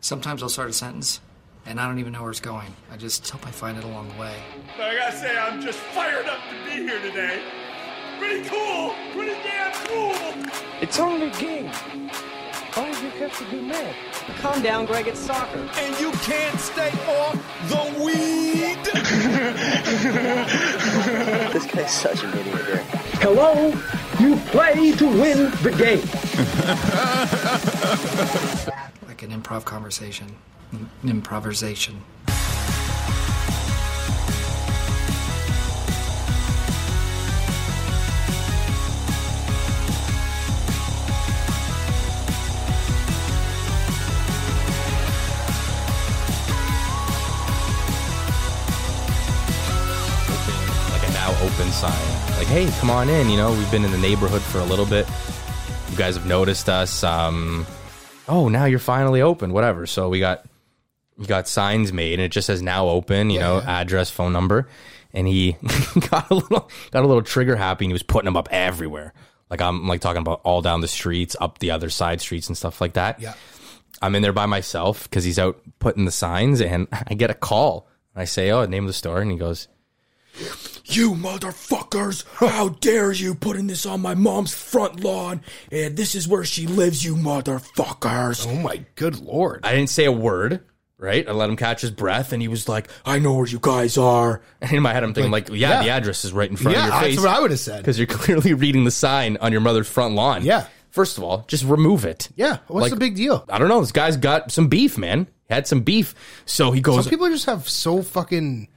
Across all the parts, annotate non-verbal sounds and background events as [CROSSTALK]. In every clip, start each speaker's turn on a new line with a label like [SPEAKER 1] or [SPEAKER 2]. [SPEAKER 1] Sometimes I'll start a sentence and I don't even know where it's going. I just hope I find it along the way.
[SPEAKER 2] But I gotta say, I'm just fired up to be here today. Pretty cool! Pretty damn cool!
[SPEAKER 3] It's only a game. Why do you have to be mad?
[SPEAKER 4] Calm down, Greg. It's soccer.
[SPEAKER 5] And you can't stay off the weed!
[SPEAKER 6] this guy's such an idiot here.
[SPEAKER 3] Hello? You play to win the game.
[SPEAKER 1] like an improv conversation. An improvisation.
[SPEAKER 7] open sign. Like, hey, come on in. You know, we've been in the neighborhood for a little bit. You guys have noticed us. Um, oh, now you're finally open. Whatever. So we got we got signs made, and it just says now open. You know, address, phone number, and he [LAUGHS] got a little got a little trigger happy, and he was putting them up everywhere. Like I'm like talking about all down the streets, up the other side streets, and stuff like that.
[SPEAKER 8] Yeah.
[SPEAKER 7] I'm in there by myself because he's out putting the signs, and I get a call. And I say, "Oh, name of the store," and he goes,
[SPEAKER 9] you motherfuckers! How dare you putting this on my mom's front lawn? And this is where she lives, you motherfuckers!
[SPEAKER 7] Oh my good lord. I didn't say a word, right? I let him catch his breath and he was like,
[SPEAKER 9] I know where you guys are.
[SPEAKER 7] And [LAUGHS] in my head, I'm thinking, like, yeah,
[SPEAKER 8] yeah.
[SPEAKER 7] the address is right in front of your
[SPEAKER 8] Yeah,
[SPEAKER 7] face.
[SPEAKER 8] that's what I would have said.
[SPEAKER 7] Because you're [LAUGHS] clearly reading the sign on your mother's front lawn.
[SPEAKER 8] Yeah.
[SPEAKER 7] First of all, just remove it.
[SPEAKER 8] Yeah, what's
[SPEAKER 7] Like-
[SPEAKER 8] the big deal?
[SPEAKER 7] I don't know. This guy's got some beef, man. He had some beef. So he goes,
[SPEAKER 8] Some people just have so fucking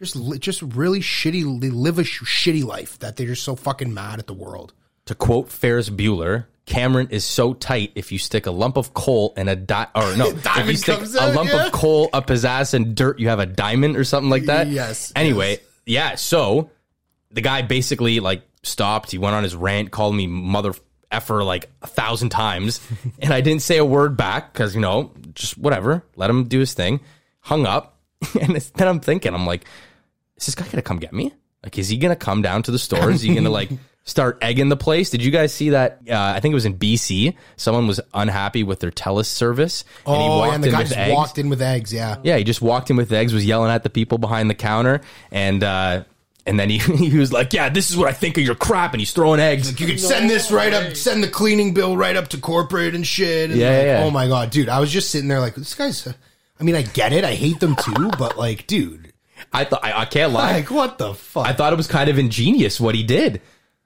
[SPEAKER 8] just li- just really shitty. They live a sh- shitty life that they're just so fucking mad at the world.
[SPEAKER 7] to quote Ferris Bueller, Cameron is so tight. If you stick a lump of coal and a di- or
[SPEAKER 8] [LAUGHS]
[SPEAKER 7] no, if you
[SPEAKER 8] Diamond
[SPEAKER 7] stick
[SPEAKER 8] comes
[SPEAKER 7] a
[SPEAKER 8] out,
[SPEAKER 7] lump
[SPEAKER 8] yeah.
[SPEAKER 7] of coal up his ass and dirt, you have a diamond or something like that.
[SPEAKER 8] Yes,
[SPEAKER 7] Anyway, yeah. So the guy basically like stopped. He went on his rant, called me mother effer like a thousand
[SPEAKER 8] [LAUGHS]
[SPEAKER 7] times, and I didn't say a word back because you know just whatever. Let him do his thing. Hung up, [LAUGHS] and it's, then I'm thinking, I'm like, is this guy gonna come get me? Like, is he gonna come down to the store? Is he gonna
[SPEAKER 8] [LAUGHS]
[SPEAKER 7] like start egging the place? Did you guys see that? Uh, I think it was in BC. Someone was unhappy with their Telus service, and
[SPEAKER 8] Oh, and, the guy just
[SPEAKER 7] eggs.
[SPEAKER 8] walked in with eggs. Yeah,
[SPEAKER 7] Yeah, he just walked in with eggs, was yelling at the people behind the counter, and uh, and then he [LAUGHS] he was like, "Yeah, this is what I think of your crap," and he's throwing eggs.
[SPEAKER 8] You could send this right up, send the cleaning bill right up to corporate and shit. And
[SPEAKER 7] Yeah,
[SPEAKER 8] like,
[SPEAKER 7] yeah.
[SPEAKER 8] Oh my god, dude! I was just sitting there like, this guy's. uh, I mean, I get it. I hate them too, but like, dude,
[SPEAKER 7] I thought I, I can't lie.
[SPEAKER 8] like, what the fuck?
[SPEAKER 7] I thought it was kind of ingenious what he did.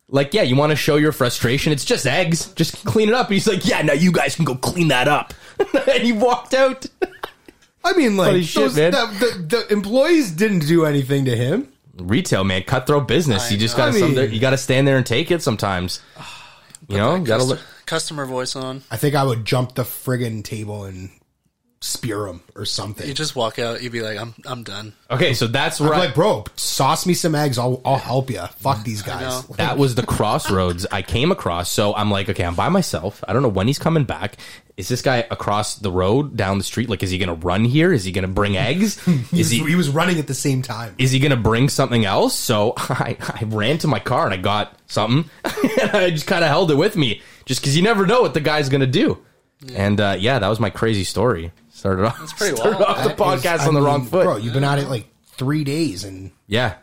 [SPEAKER 7] Like, yeah, you want to show your frustration? It's just eggs. Just clean it up. And he's like, yeah, now you guys can go clean that up. [LAUGHS] and he walked out.
[SPEAKER 8] I mean, like,
[SPEAKER 7] Holy shit,
[SPEAKER 8] those-
[SPEAKER 7] man.
[SPEAKER 8] The, the, the employees didn't do anything to him.
[SPEAKER 7] Retail man, cutthroat business. you just
[SPEAKER 8] know.
[SPEAKER 7] gotta
[SPEAKER 8] I
[SPEAKER 7] some there,
[SPEAKER 8] mean-
[SPEAKER 7] you gotta stand there and take it
[SPEAKER 8] [SIGHS]
[SPEAKER 7] sometimes. You know, you gotta
[SPEAKER 6] Customer,
[SPEAKER 7] look.
[SPEAKER 6] customer voice on.
[SPEAKER 8] I think I would jump the friggin' table and spear him or something.
[SPEAKER 6] You just walk out. You'd be like, I'm, I'm done.
[SPEAKER 7] Okay, so that's where
[SPEAKER 8] I'm
[SPEAKER 7] I-
[SPEAKER 8] like, bro, sauce me some eggs. I'll, I'll help you. Fuck these guys.
[SPEAKER 6] Mm, know.
[SPEAKER 7] that was the crossroads I came across. So I'm like, okay, I'm by myself. I don't know when he's coming back. Is this guy across the road, down the street? Like, is he gonna run here? Is he gonna bring eggs?
[SPEAKER 8] [LAUGHS]
[SPEAKER 7] Is
[SPEAKER 8] He, was running at the same time.
[SPEAKER 7] is he going to bring something else? So [LAUGHS] I, I ran to my car and I got something [LAUGHS] and I just kind of held it with me just because you never know what the guy's going to do. And uh, yeah, that was my crazy story. Started off, That's
[SPEAKER 6] pretty
[SPEAKER 7] [LAUGHS] started
[SPEAKER 6] wild.
[SPEAKER 7] off the
[SPEAKER 8] That is-
[SPEAKER 7] podcast
[SPEAKER 8] I
[SPEAKER 7] on the
[SPEAKER 8] mean,
[SPEAKER 7] wrong foot.
[SPEAKER 8] Bro, you've been at it like three days and
[SPEAKER 7] yeah.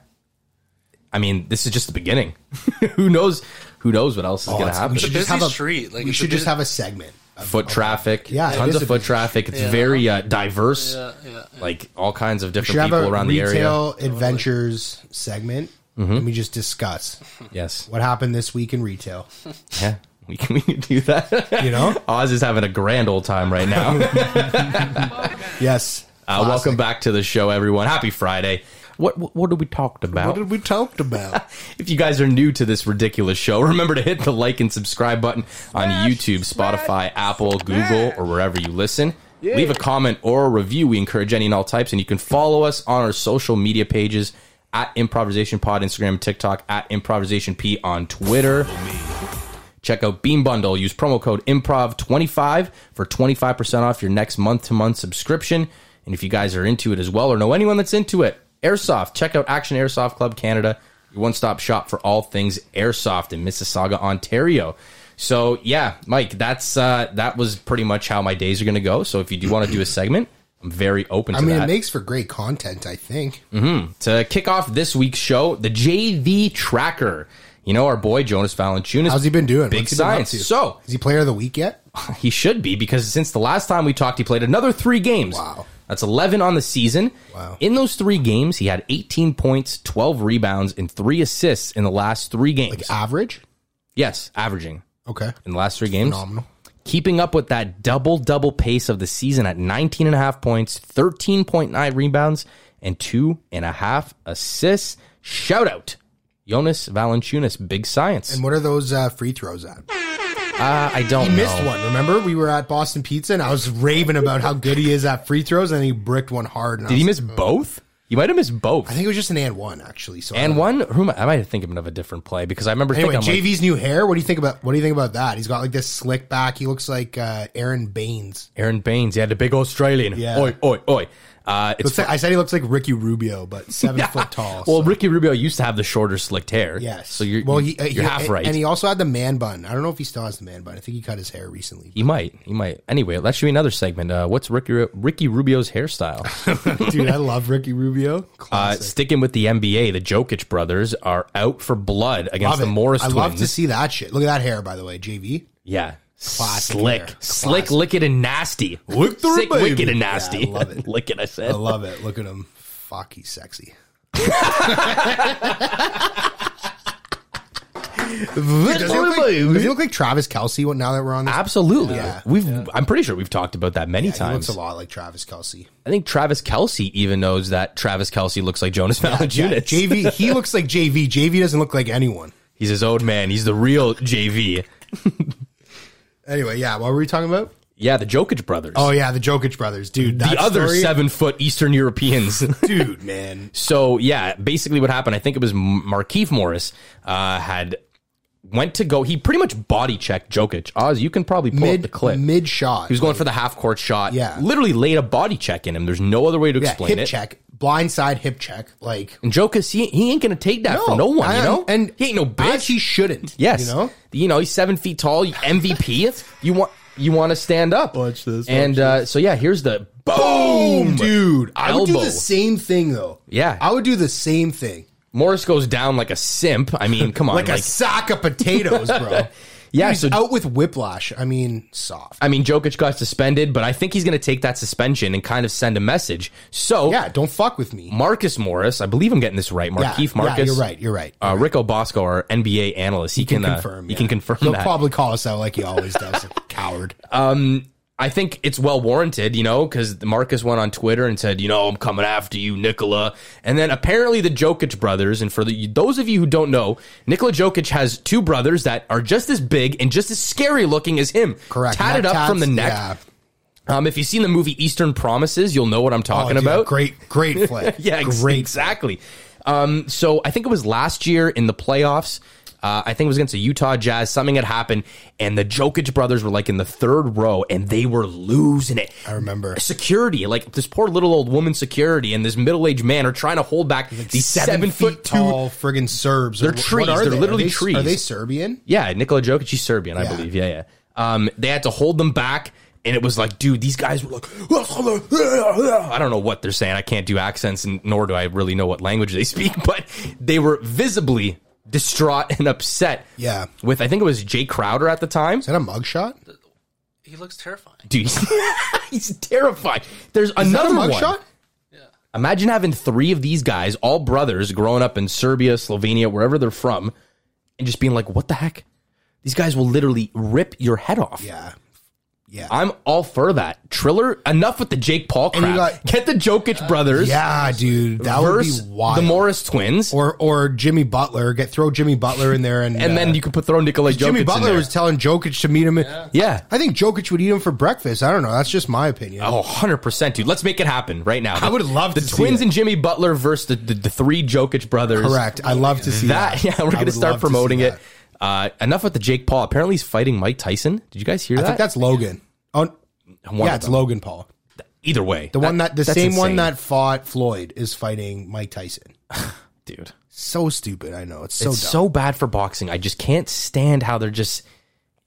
[SPEAKER 7] I mean, this is just the beginning. [LAUGHS] who knows? Who knows what else is going to
[SPEAKER 8] Oh, it's- we
[SPEAKER 7] happen?
[SPEAKER 8] should
[SPEAKER 6] a
[SPEAKER 8] just
[SPEAKER 6] busy
[SPEAKER 8] have a-
[SPEAKER 6] street, like,
[SPEAKER 8] we
[SPEAKER 6] it's a
[SPEAKER 8] should just
[SPEAKER 6] bu-
[SPEAKER 8] have a segment. of-
[SPEAKER 7] foot traffic,
[SPEAKER 8] Yeah, it
[SPEAKER 7] tons
[SPEAKER 8] is
[SPEAKER 7] of
[SPEAKER 8] a
[SPEAKER 7] foot
[SPEAKER 8] big-
[SPEAKER 7] traffic. It's very uh, diverse,
[SPEAKER 6] Yeah, yeah.
[SPEAKER 7] like all kinds of
[SPEAKER 8] should
[SPEAKER 7] different
[SPEAKER 8] have
[SPEAKER 7] people
[SPEAKER 8] a
[SPEAKER 7] around the area. Mm-hmm.
[SPEAKER 8] retail adventures segment. And we just discuss
[SPEAKER 7] Yes,
[SPEAKER 8] what happened this week in retail.
[SPEAKER 7] yeah, we can [LAUGHS] we can do that.
[SPEAKER 8] You
[SPEAKER 6] [LAUGHS]
[SPEAKER 8] know?
[SPEAKER 7] Oz is having a grand old time right now.
[SPEAKER 8] yes.
[SPEAKER 7] Uh, welcome back to the show, everyone. Happy Friday. What what, what did we talked about?
[SPEAKER 8] we talk about?
[SPEAKER 7] if you guys are new to this ridiculous show, [LAUGHS] remember to hit the like and subscribe button on YouTube, Spotify, Apple, Google, or wherever you listen. Leave a comment or a review. We encourage any and all types, and you can follow us on our social media pages at Improvisation Pod, Instagram, TikTok, at Improvisation P on Twitter. Check out Beam Bundle. Use promo code IMPROV25 for 25% off your next month to month subscription. And if you guys are into it as well or know anyone that's into it, Airsoft. Check out Action Airsoft Club Canada, your one stop shop for all things airsoft in Mississauga, Ontario. So yeah, Mike, that's uh, that was pretty much how my days are going to go. So if you do want to do a segment, I'm very open to
[SPEAKER 8] [LAUGHS] I mean,
[SPEAKER 7] that.
[SPEAKER 8] it makes for great content, I think.
[SPEAKER 7] to kick off this week's show, the JV Tracker. You know our boy Jonas Valanciunas.
[SPEAKER 8] How's he been doing?
[SPEAKER 7] Big
[SPEAKER 8] What's he been up
[SPEAKER 7] science.
[SPEAKER 8] to?
[SPEAKER 7] So
[SPEAKER 8] Is he player of the week yet?
[SPEAKER 7] he should be because since the last time we talked, he played another three games.
[SPEAKER 8] Wow.
[SPEAKER 7] That's 11 on the season.
[SPEAKER 8] Wow.
[SPEAKER 7] In those three games, he had 18 points, 12 rebounds, and three assists in the last three games.
[SPEAKER 8] Average?
[SPEAKER 7] yes, averaging
[SPEAKER 8] Okay.
[SPEAKER 7] in the last three games.
[SPEAKER 8] Phenomenal.
[SPEAKER 7] Keeping up with that double double pace of the season at 19 and a half points, 13.9 rebounds, and two and a half assists. Shout out. Jonas Valanciunas, big science.
[SPEAKER 8] And what are those uh, free throws at?
[SPEAKER 7] Uh, I don't
[SPEAKER 8] He missed
[SPEAKER 7] know.
[SPEAKER 8] one. Remember, we were at Boston Pizza, and I was raving about how good he is at free throws, and he bricked one hard. And I
[SPEAKER 7] Did he
[SPEAKER 8] was-
[SPEAKER 7] miss both? You might have missed both.
[SPEAKER 8] I think it was just an and one actually. So I
[SPEAKER 7] And
[SPEAKER 8] don't know.
[SPEAKER 7] one, who am I, I might think of a different play because I remember
[SPEAKER 8] Anyway,
[SPEAKER 7] thinking, I'm like,
[SPEAKER 8] JV's new hair. What do you think about? What do you think about that? He's got like this slick back. He looks like uh, Aaron Baines.
[SPEAKER 7] Aaron Baines, he had a big Australian.
[SPEAKER 8] Yeah.
[SPEAKER 7] Oi, oi, oi. Uh, it's
[SPEAKER 8] Looks like, I said he looks like Ricky Rubio, but seven
[SPEAKER 7] [LAUGHS]
[SPEAKER 8] foot tall.
[SPEAKER 7] well,
[SPEAKER 8] so-
[SPEAKER 7] Ricky Rubio used to have the shorter, slicked hair.
[SPEAKER 8] yes.
[SPEAKER 7] So you're
[SPEAKER 8] well,
[SPEAKER 7] well, you're
[SPEAKER 8] he- uh,
[SPEAKER 7] half right.
[SPEAKER 8] And
[SPEAKER 7] he,
[SPEAKER 8] he also had the man bun. I don't know if he still has the man bun. I think he cut his hair recently.
[SPEAKER 7] might, he might. Anyway, that should be another segment. Uh, what's Ricky Ricky Rubio's
[SPEAKER 8] [LAUGHS]
[SPEAKER 7] hairstyle?
[SPEAKER 8] Dude, I love Ricky Rubio.
[SPEAKER 7] uh,
[SPEAKER 8] Classic.
[SPEAKER 7] sticking with the NBA, the Jokic brothers are out for blood against
[SPEAKER 8] Love
[SPEAKER 7] the
[SPEAKER 8] it.
[SPEAKER 7] Morris
[SPEAKER 8] I
[SPEAKER 7] twins.
[SPEAKER 8] love to see that shit. Look at that hair, by the way, JV.
[SPEAKER 7] Yeah.
[SPEAKER 8] Classic
[SPEAKER 7] slick,
[SPEAKER 8] hair.
[SPEAKER 7] slick, licked, and nasty.
[SPEAKER 8] Lick the
[SPEAKER 7] Sick,
[SPEAKER 8] baby.
[SPEAKER 7] wicked, and nasty.
[SPEAKER 8] Yeah, I love it.
[SPEAKER 7] [LAUGHS] lick it, I said.
[SPEAKER 8] I love it. Look at him. Fuck, he's sexy. does, he look like, does he look like Travis Kelsey now that we're on this?
[SPEAKER 7] Absolutely.
[SPEAKER 8] Yeah.
[SPEAKER 7] We've I'm pretty sure we've talked about that many
[SPEAKER 8] He
[SPEAKER 7] times.
[SPEAKER 8] looks a lot like Travis Kelsey.
[SPEAKER 7] I think Travis Kelsey even knows that Travis Kelsey looks like Jonas Valanciunas.
[SPEAKER 8] JV, he looks like JV. JV doesn't look like anyone.
[SPEAKER 7] He's his own man. He's the real JV.
[SPEAKER 8] Anyway, yeah, what were we talking about?
[SPEAKER 7] Yeah, the Jokic brothers.
[SPEAKER 8] Oh, yeah, the Jokic brothers. Dude, that
[SPEAKER 7] the other
[SPEAKER 8] story-
[SPEAKER 7] seven foot Eastern
[SPEAKER 8] [LAUGHS]
[SPEAKER 7] Europeans.
[SPEAKER 8] Dude, man.
[SPEAKER 7] so yeah, basically what happened, I think it was Markeith Morris uh, had went to go. He pretty much body checked Jokic. Oz, you can probably pull up the
[SPEAKER 8] Mid,
[SPEAKER 7] clip.
[SPEAKER 8] mid shot.
[SPEAKER 7] he was going for the half court shot.
[SPEAKER 8] Yeah.
[SPEAKER 7] literally laid a body check in him. There's no other way to
[SPEAKER 8] yeah,
[SPEAKER 7] explain
[SPEAKER 8] hip
[SPEAKER 7] it.
[SPEAKER 8] check. Blind side hip check. Like,
[SPEAKER 7] And Jokic, he, he ain't gonna take that from no one, you
[SPEAKER 8] I-
[SPEAKER 7] know.
[SPEAKER 8] And
[SPEAKER 7] he ain't no bitch.
[SPEAKER 8] As he shouldn't.
[SPEAKER 7] yes,
[SPEAKER 8] You know?
[SPEAKER 7] you know he's seven feet tall. you-
[SPEAKER 8] [LAUGHS]
[SPEAKER 7] MVP. you want you want to stand up.
[SPEAKER 8] Watch this, watch
[SPEAKER 7] And uh, so yeah, here's the boom,
[SPEAKER 8] Boom, dude. I would do
[SPEAKER 7] Elbow.
[SPEAKER 8] the same thing though.
[SPEAKER 7] Yeah.
[SPEAKER 8] I would do the same thing.
[SPEAKER 7] Morris goes down like a simp. I mean, come on,
[SPEAKER 8] Like,
[SPEAKER 7] like,
[SPEAKER 8] a sack of potatoes, bro.
[SPEAKER 7] [LAUGHS] yeah.
[SPEAKER 8] He's
[SPEAKER 7] So
[SPEAKER 8] out with whiplash. I mean, soft.
[SPEAKER 7] I mean, Jokic got suspended, but I think he's gonna take that suspension and kind of send a message. So
[SPEAKER 8] Yeah, don't fuck with me.
[SPEAKER 7] Marcus Morris, I believe I'm getting this right.
[SPEAKER 8] yeah,
[SPEAKER 7] Markeith Marcus.
[SPEAKER 8] Yeah, you're right. You're right.
[SPEAKER 7] Uh, Rico Bosco, our NBA analyst, he, can, uh, he
[SPEAKER 8] yeah.
[SPEAKER 7] can confirm
[SPEAKER 8] He'll
[SPEAKER 7] that.
[SPEAKER 8] probably call us out like he always does. [LAUGHS] Coward.
[SPEAKER 7] I think it's well warranted, you know, because Marcus went on Twitter and said, you know, I'm coming after you, Nikola. And then apparently the Jokic brothers, and for the, those of you who don't know, Nikola Jokic has two brothers that are just as big and just as scary looking as him.
[SPEAKER 8] Correct.
[SPEAKER 7] Tatted
[SPEAKER 8] Neck
[SPEAKER 7] up from the
[SPEAKER 8] tats,
[SPEAKER 7] neck.
[SPEAKER 8] yeah.
[SPEAKER 7] Um, if you've seen the movie Eastern Promises, you'll know what I'm
[SPEAKER 8] Oh,
[SPEAKER 7] talking
[SPEAKER 8] dude,
[SPEAKER 7] about.
[SPEAKER 8] Great, great flick.
[SPEAKER 7] [LAUGHS] Yeah, ex-
[SPEAKER 8] great.
[SPEAKER 7] exactly. Um, so I think it was last year in the playoffs. Uh, I think it was against the Utah Jazz. Something had happened, and the Jokic brothers were like in the third row, and they were losing it.
[SPEAKER 8] I remember.
[SPEAKER 7] Security, like this poor little old woman security, and this middle aged man are trying to hold back these seven, foot two.
[SPEAKER 8] tall friggin' Serbs.
[SPEAKER 7] They're
[SPEAKER 8] What
[SPEAKER 7] trees.
[SPEAKER 8] are
[SPEAKER 7] They're
[SPEAKER 8] they?
[SPEAKER 7] literally
[SPEAKER 8] Are they-
[SPEAKER 7] trees.
[SPEAKER 8] Are they Serbian?
[SPEAKER 7] Yeah, Nikola Jokic, he's Serbian, I
[SPEAKER 8] Yeah.
[SPEAKER 7] believe. Yeah, yeah. Um, they had to hold them back, and it was like, dude, these guys were like, I don't know what they're saying. I can't do accents, and nor do I really know what language they [LAUGHS] speak, but they were visibly distraught and upset.
[SPEAKER 8] Yeah.
[SPEAKER 7] With, I think it was Jay Crowder at the time.
[SPEAKER 8] Is that a mugshot?
[SPEAKER 6] He looks terrifying.
[SPEAKER 7] Dude, [LAUGHS] he's terrified. There's
[SPEAKER 8] Is that a
[SPEAKER 7] another one.
[SPEAKER 8] mugshot?
[SPEAKER 7] Imagine having three of these guys, all brothers, growing up in Serbia, Slovenia, wherever they're from, and just being like, what the heck? These guys will literally rip your head off.
[SPEAKER 8] Yeah.
[SPEAKER 7] I'm all for that. Triller, enough with the Jake Paul
[SPEAKER 8] And you
[SPEAKER 7] crap.
[SPEAKER 8] got-
[SPEAKER 7] Get the Jokic brothers
[SPEAKER 8] Yeah, dude. That would be
[SPEAKER 7] versus
[SPEAKER 8] wild.
[SPEAKER 7] the Morris twins,
[SPEAKER 8] or or Jimmy Butler. Get throw Jimmy Butler in there, and
[SPEAKER 7] and
[SPEAKER 8] uh,
[SPEAKER 7] then you could put throw Nikola Jokic
[SPEAKER 8] Jimmy
[SPEAKER 7] in
[SPEAKER 8] Butler
[SPEAKER 7] there.
[SPEAKER 8] was telling Jokic to meet him. in-
[SPEAKER 7] yeah.
[SPEAKER 8] I think Jokic would eat him for breakfast. I don't know. That's just my opinion.
[SPEAKER 7] Oh, 100%, dude. Let's make it happen right now.
[SPEAKER 8] I would love
[SPEAKER 7] the
[SPEAKER 8] to see
[SPEAKER 7] twins
[SPEAKER 8] it.
[SPEAKER 7] and Jimmy Butler versus the, the, the three Jokic brothers.
[SPEAKER 8] correct. I love to see
[SPEAKER 7] That, [LAUGHS]
[SPEAKER 8] that.
[SPEAKER 7] yeah, we're going
[SPEAKER 8] I
[SPEAKER 7] to
[SPEAKER 8] would
[SPEAKER 7] start
[SPEAKER 8] love see
[SPEAKER 7] promoting it.
[SPEAKER 8] that.
[SPEAKER 7] Uh, enough with the Jake Paul. Apparently, he's fighting Mike Tyson. Did you guys hear
[SPEAKER 8] I
[SPEAKER 7] that?
[SPEAKER 8] think that's Logan. Oh,
[SPEAKER 7] One
[SPEAKER 8] yeah,
[SPEAKER 7] of
[SPEAKER 8] it's
[SPEAKER 7] them.
[SPEAKER 8] Logan Paul.
[SPEAKER 7] Either way.
[SPEAKER 8] The one that the
[SPEAKER 7] that's
[SPEAKER 8] same one
[SPEAKER 7] insane.
[SPEAKER 8] that fought Floyd is fighting Mike Tyson.
[SPEAKER 7] Dude.
[SPEAKER 8] So stupid. I know. It's so
[SPEAKER 7] it's
[SPEAKER 8] dumb.
[SPEAKER 7] so bad for boxing. I just can't stand how they're just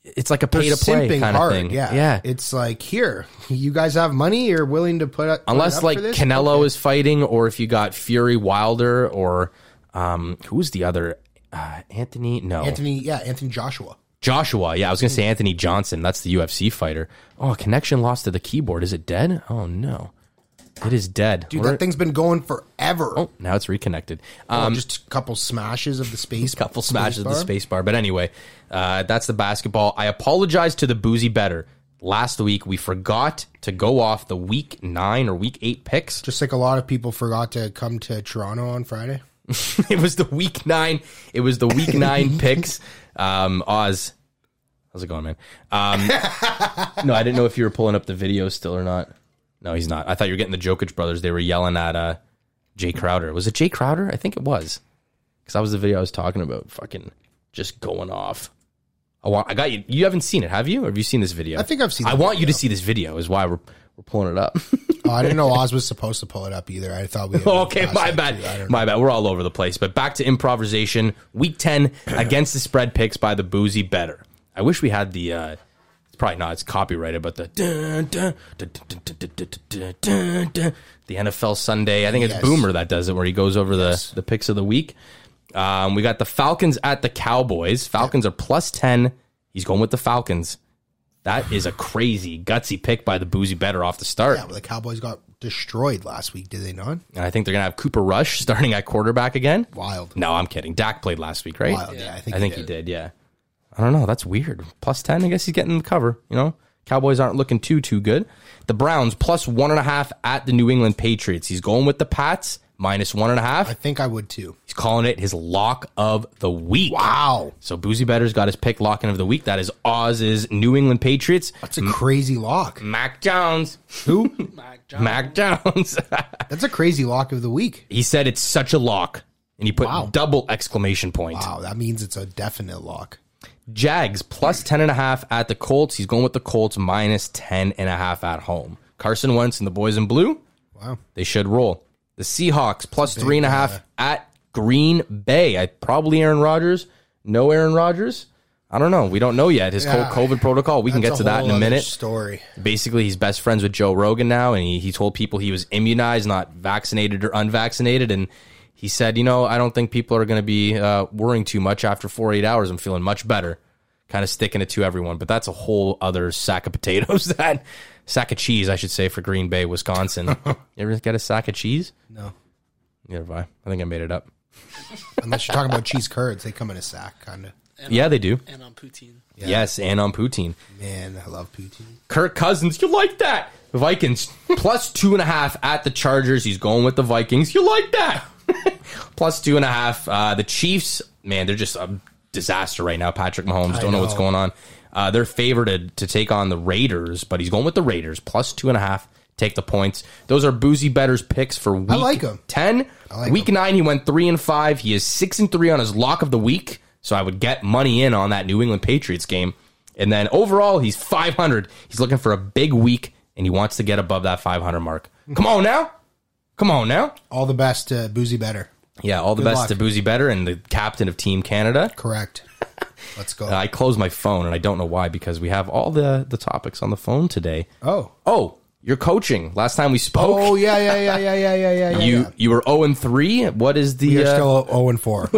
[SPEAKER 7] it's like a
[SPEAKER 8] They're
[SPEAKER 7] pay to play
[SPEAKER 8] simping
[SPEAKER 7] kind
[SPEAKER 8] hard,
[SPEAKER 7] of thing.
[SPEAKER 8] Yeah.
[SPEAKER 7] yeah.
[SPEAKER 8] It's like here, you guys have money. You're willing to put up, put it
[SPEAKER 7] Unless
[SPEAKER 8] up
[SPEAKER 7] like
[SPEAKER 8] for this?
[SPEAKER 7] Canelo is fighting, or if you got Fury Wilder, or um, who's the other uh, Anthony? No,
[SPEAKER 8] Anthony. Yeah, Anthony Joshua.
[SPEAKER 7] Joshua. Yeah, I was gonna say Anthony Johnson. That's the UFC fighter. Oh, connection lost to the keyboard. Is it dead? Oh no, it is dead.
[SPEAKER 8] Dude,
[SPEAKER 7] We're-
[SPEAKER 8] that thing's been going forever.
[SPEAKER 7] Oh, now it's reconnected.
[SPEAKER 8] Oh,
[SPEAKER 7] Um,
[SPEAKER 8] just a couple smashes of the
[SPEAKER 7] [LAUGHS]
[SPEAKER 8] space.
[SPEAKER 7] couple smashes of the
[SPEAKER 8] bar.
[SPEAKER 7] space bar. But anyway, uh, that's the basketball. I apologize to the boozy better. Last week we forgot to go off the week nine or week eight picks.
[SPEAKER 8] Just like a lot of people forgot to come to Toronto on Friday.
[SPEAKER 7] [LAUGHS] it was the week nine. It was the week
[SPEAKER 8] [LAUGHS]
[SPEAKER 7] nine picks. Um, Oz, how's it going, man?
[SPEAKER 8] [LAUGHS]
[SPEAKER 7] Um, no, I didn't know if you were pulling up the video still or not. No, he's not. I thought you were getting the Jokic brothers. They were yelling at uh, Jay Crowder. Was it Jay Crowder? I think it was because that was the video I was talking about. Fucking just going off. I want. I got you. You haven't seen it, have you? Or have you seen this video?
[SPEAKER 8] I think I've seen
[SPEAKER 7] I
[SPEAKER 8] the
[SPEAKER 7] want you to see this video. Is why we're we're pulling it up.
[SPEAKER 8] Oh, I didn't know Oz was supposed to pull it up either. I thought we.
[SPEAKER 7] [LAUGHS]
[SPEAKER 8] had
[SPEAKER 7] Okay,
[SPEAKER 8] passed
[SPEAKER 7] my
[SPEAKER 8] that too. I
[SPEAKER 7] bad.
[SPEAKER 8] don't
[SPEAKER 7] My bad. We're all over the place. But back to improvisation. Week
[SPEAKER 8] [CLEARS THROAT]
[SPEAKER 7] 10 against the spread picks by the Boozy Better. I wish we had the uh it's probably not, it's copyrighted, but the dun, dun, dun, dun, dun, dun, dun, dun, dun, dun, the NFL Sunday. I think it's
[SPEAKER 8] Yes.
[SPEAKER 7] Boomer that does it where he goes over the the picks of the week. Um, we got the Falcons at the Cowboys. Falcons are plus 10. He's going with the Falcons. That is a crazy gutsy pick by the Boozy Better off the start.
[SPEAKER 8] Yeah, but the Cowboys got destroyed last week, did they not?
[SPEAKER 7] And I think they're going to have Cooper Rush starting at quarterback again.
[SPEAKER 8] Wild.
[SPEAKER 7] No, I'm kidding. Dak played last week, right?
[SPEAKER 8] Wild, yeah, I think
[SPEAKER 7] I
[SPEAKER 8] he
[SPEAKER 7] think he did. Yeah. I don't know. That's weird. Plus 10. I guess he's getting the cover. You know, Cowboys aren't looking too, too good. The Browns plus one and a half at the New England Patriots. He's going with the Pats minus one and a half.
[SPEAKER 8] I think I would too.
[SPEAKER 7] He's calling it his lock of the week.
[SPEAKER 8] Wow.
[SPEAKER 7] So Boozy Better's got his pick locking of the week. That is Oz's New England Patriots.
[SPEAKER 8] That's a crazy lock.
[SPEAKER 7] Mac Jones.
[SPEAKER 8] Who?
[SPEAKER 7] [LAUGHS] Mac Jones. [LAUGHS]
[SPEAKER 8] That's a crazy lock of the week.
[SPEAKER 7] he said it's such a lock. And he put
[SPEAKER 8] Wow.
[SPEAKER 7] double exclamation point.
[SPEAKER 8] Wow, that means it's a definite lock.
[SPEAKER 7] Jags plus 10.5 at the Colts. He's going with the Colts minus 10.5 at home. Carson Wentz and the boys in blue,
[SPEAKER 8] Wow.
[SPEAKER 7] they should roll. The Seahawks plus 3.5 at Green Bay. I Probably Aaron Rodgers. No Aaron Rodgers. I don't know. We don't know yet. His
[SPEAKER 8] Yeah.
[SPEAKER 7] whole COVID protocol. We can get
[SPEAKER 8] That's
[SPEAKER 7] to that
[SPEAKER 8] whole
[SPEAKER 7] in a
[SPEAKER 8] other
[SPEAKER 7] minute.
[SPEAKER 8] Story.
[SPEAKER 7] Basically, he's best friends with Joe Rogan now, and he, he told people he was immunized, not vaccinated or unvaccinated. And he said, you know, I don't think people are going to be uh, worrying too much after 48 hours. I'm feeling much better. Kind of sticking it to everyone, but that's a whole other sack of [LAUGHS] potatoes. That sack of cheese, I should say, for Green Bay, Wisconsin.
[SPEAKER 6] [LAUGHS]
[SPEAKER 7] you ever get a sack of cheese?
[SPEAKER 8] No.
[SPEAKER 7] Neither have I. I think I made it up.
[SPEAKER 8] Unless you're talking about cheese curds, they come in a sack, kind of.
[SPEAKER 7] yeah, they do.
[SPEAKER 6] and on poutine.
[SPEAKER 7] Yes, and on poutine.
[SPEAKER 8] Man, I love poutine.
[SPEAKER 7] Kirk Cousins, you like that? The Vikings plus two and a half at the Chargers. He's going with the Vikings. You like that? [LAUGHS] plus two and a half. Uh, the Chiefs, man, they're just a disaster right now. Patrick Mahomes, don't know. what's
[SPEAKER 8] know.
[SPEAKER 7] going on. Uh, they're favored to, to take on the Raiders, but he's going with the Raiders plus two and a half. Take the points. Those are boozy betters picks for week
[SPEAKER 8] like 'em.
[SPEAKER 7] ten.
[SPEAKER 8] like
[SPEAKER 7] week nine, he went three and five. He is six and three on his lock of the week. So I would get money in on that New England Patriots game. And then overall, he's 500. He's looking for a big week, and he wants to get above that 500 mark. Come on now. Come on now.
[SPEAKER 8] All the best to Boozy Better.
[SPEAKER 7] Yeah, all the
[SPEAKER 8] Good
[SPEAKER 7] best
[SPEAKER 8] luck.
[SPEAKER 7] to Boozy Better and the captain of Team Canada.
[SPEAKER 8] [LAUGHS]
[SPEAKER 7] Uh,
[SPEAKER 8] Correct. Let's go.
[SPEAKER 7] I closed my phone, and I don't know why, because we have all the, the topics on the phone today.
[SPEAKER 8] oh.
[SPEAKER 7] Oh, you're coaching. Last time we spoke,
[SPEAKER 8] Oh, yeah, yeah, yeah, yeah, yeah, yeah, yeah. yeah,
[SPEAKER 7] you
[SPEAKER 8] yeah.
[SPEAKER 7] you were 0 and 3. What is the.
[SPEAKER 8] You're
[SPEAKER 7] uh,
[SPEAKER 8] still 0
[SPEAKER 7] [LAUGHS]
[SPEAKER 8] and 4.
[SPEAKER 6] [LAUGHS]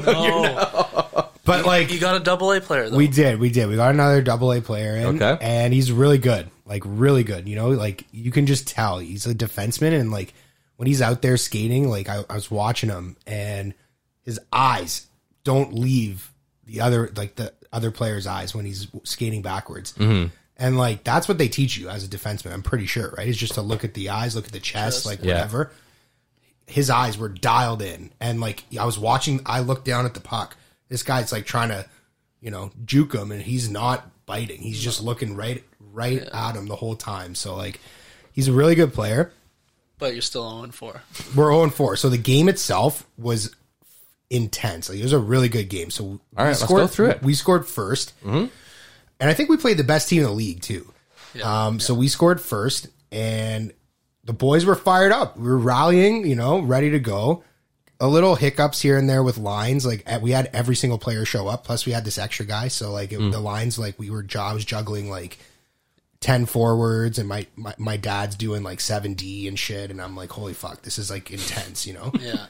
[SPEAKER 8] But, like,
[SPEAKER 6] Oh. You got a double A player though.
[SPEAKER 8] We did, we did. We got another double A player in,
[SPEAKER 7] Okay.
[SPEAKER 8] and he's really good, like really good. You know, like you can just tell he's a defenseman, and like when he's out there skating, like I, I was watching him, and his eyes don't leave the other, like the other player's eyes when he's skating backwards,
[SPEAKER 7] Mm-hmm.
[SPEAKER 8] and like that's what they teach you as a defenseman. I'm pretty sure, right? It's just to look at the eyes, look at the chest, like
[SPEAKER 7] Yeah.
[SPEAKER 8] whatever his eyes were dialed in and like I was watching I looked down at the puck. This guy's like trying to, you know, juke him and he's not biting. He's just looking right right at him the whole time. So like he's a really good player.
[SPEAKER 6] but you're still 0 and 4.
[SPEAKER 8] We're 0 4. So the game itself was intense. Like it was a really good game. So all
[SPEAKER 7] right, let's go through it. Mm-hmm.
[SPEAKER 8] We scored 1st And I think we played the best team in the league too. um so we scored first and the boys were fired up. We were rallying, you know, ready to go. a little hiccups here and there with lines. Like at- we had every single player show up, plus we had this extra guy. So like
[SPEAKER 7] Mm.
[SPEAKER 8] it, the lines, like we were ju- I was juggling like ten forwards, and my, my my dad's doing like seven D and shit, and I'm like, holy fuck, this is like intense, you know.
[SPEAKER 7] [LAUGHS]
[SPEAKER 6] Yeah.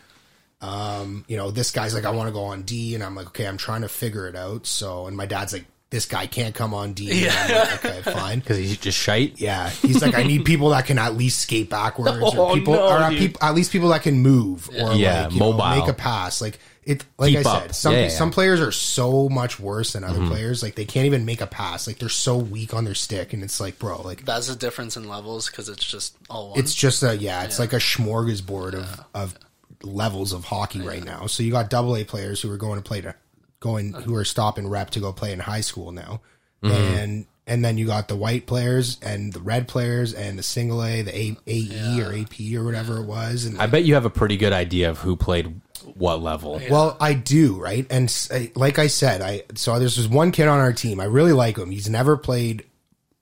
[SPEAKER 8] you know, this guy's like, I want to go on D, and I'm like, okay, I'm trying to figure it out. So, and my dad's like, this guy can't come on D. Yeah. And I'm like,
[SPEAKER 7] [LAUGHS]
[SPEAKER 8] okay, fine.
[SPEAKER 7] because he's uh, just shite.
[SPEAKER 8] Yeah, he's like, I need people that can at least skate backwards,
[SPEAKER 7] [LAUGHS]
[SPEAKER 8] or people, or at, peop- at least people that can move, or
[SPEAKER 7] Oh, Yeah,
[SPEAKER 8] like, you know,
[SPEAKER 7] mobile.
[SPEAKER 8] make a pass. Like it, like
[SPEAKER 7] Keep
[SPEAKER 8] I
[SPEAKER 7] up.
[SPEAKER 8] said, some
[SPEAKER 7] Yeah, Mm-hmm. yeah.
[SPEAKER 8] some players are so much worse than other players. Like they can't even make a pass. Like they're so weak on their stick, and it's like, bro, like
[SPEAKER 6] That's the difference in levels because it's just all one.
[SPEAKER 8] it's just a yeah, it's like a smorgasbord of of levels of hockey right now. So you got double A players who are going to play to going who are stopping rep to go play in high school now, and and then you got the white players and the red players and the single A, the a, AE or AP or whatever it was, and
[SPEAKER 7] I bet you have a pretty good idea of who played what level.
[SPEAKER 8] well, I do, right? And s- I- like I said, I saw there's this one kid on our team. I really like him. He's never played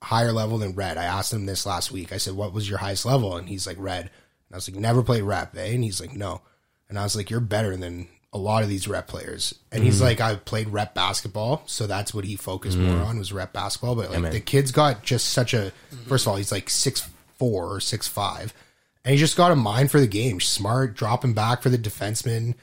[SPEAKER 8] higher level than red. I asked him this last week. I said, "What was your highest level?" And he's like, "Red." And I was like, "Never played rep, eh?" And he's like, "No." And I was like, "You're better than a lot of these rep players." And he's like, "I played rep basketball, so that's what he focused more on was rep basketball." But like the kid's got just such a first of all, he's like six four or six five. And he just got a mind for the game. Smart, dropping back for the defenseman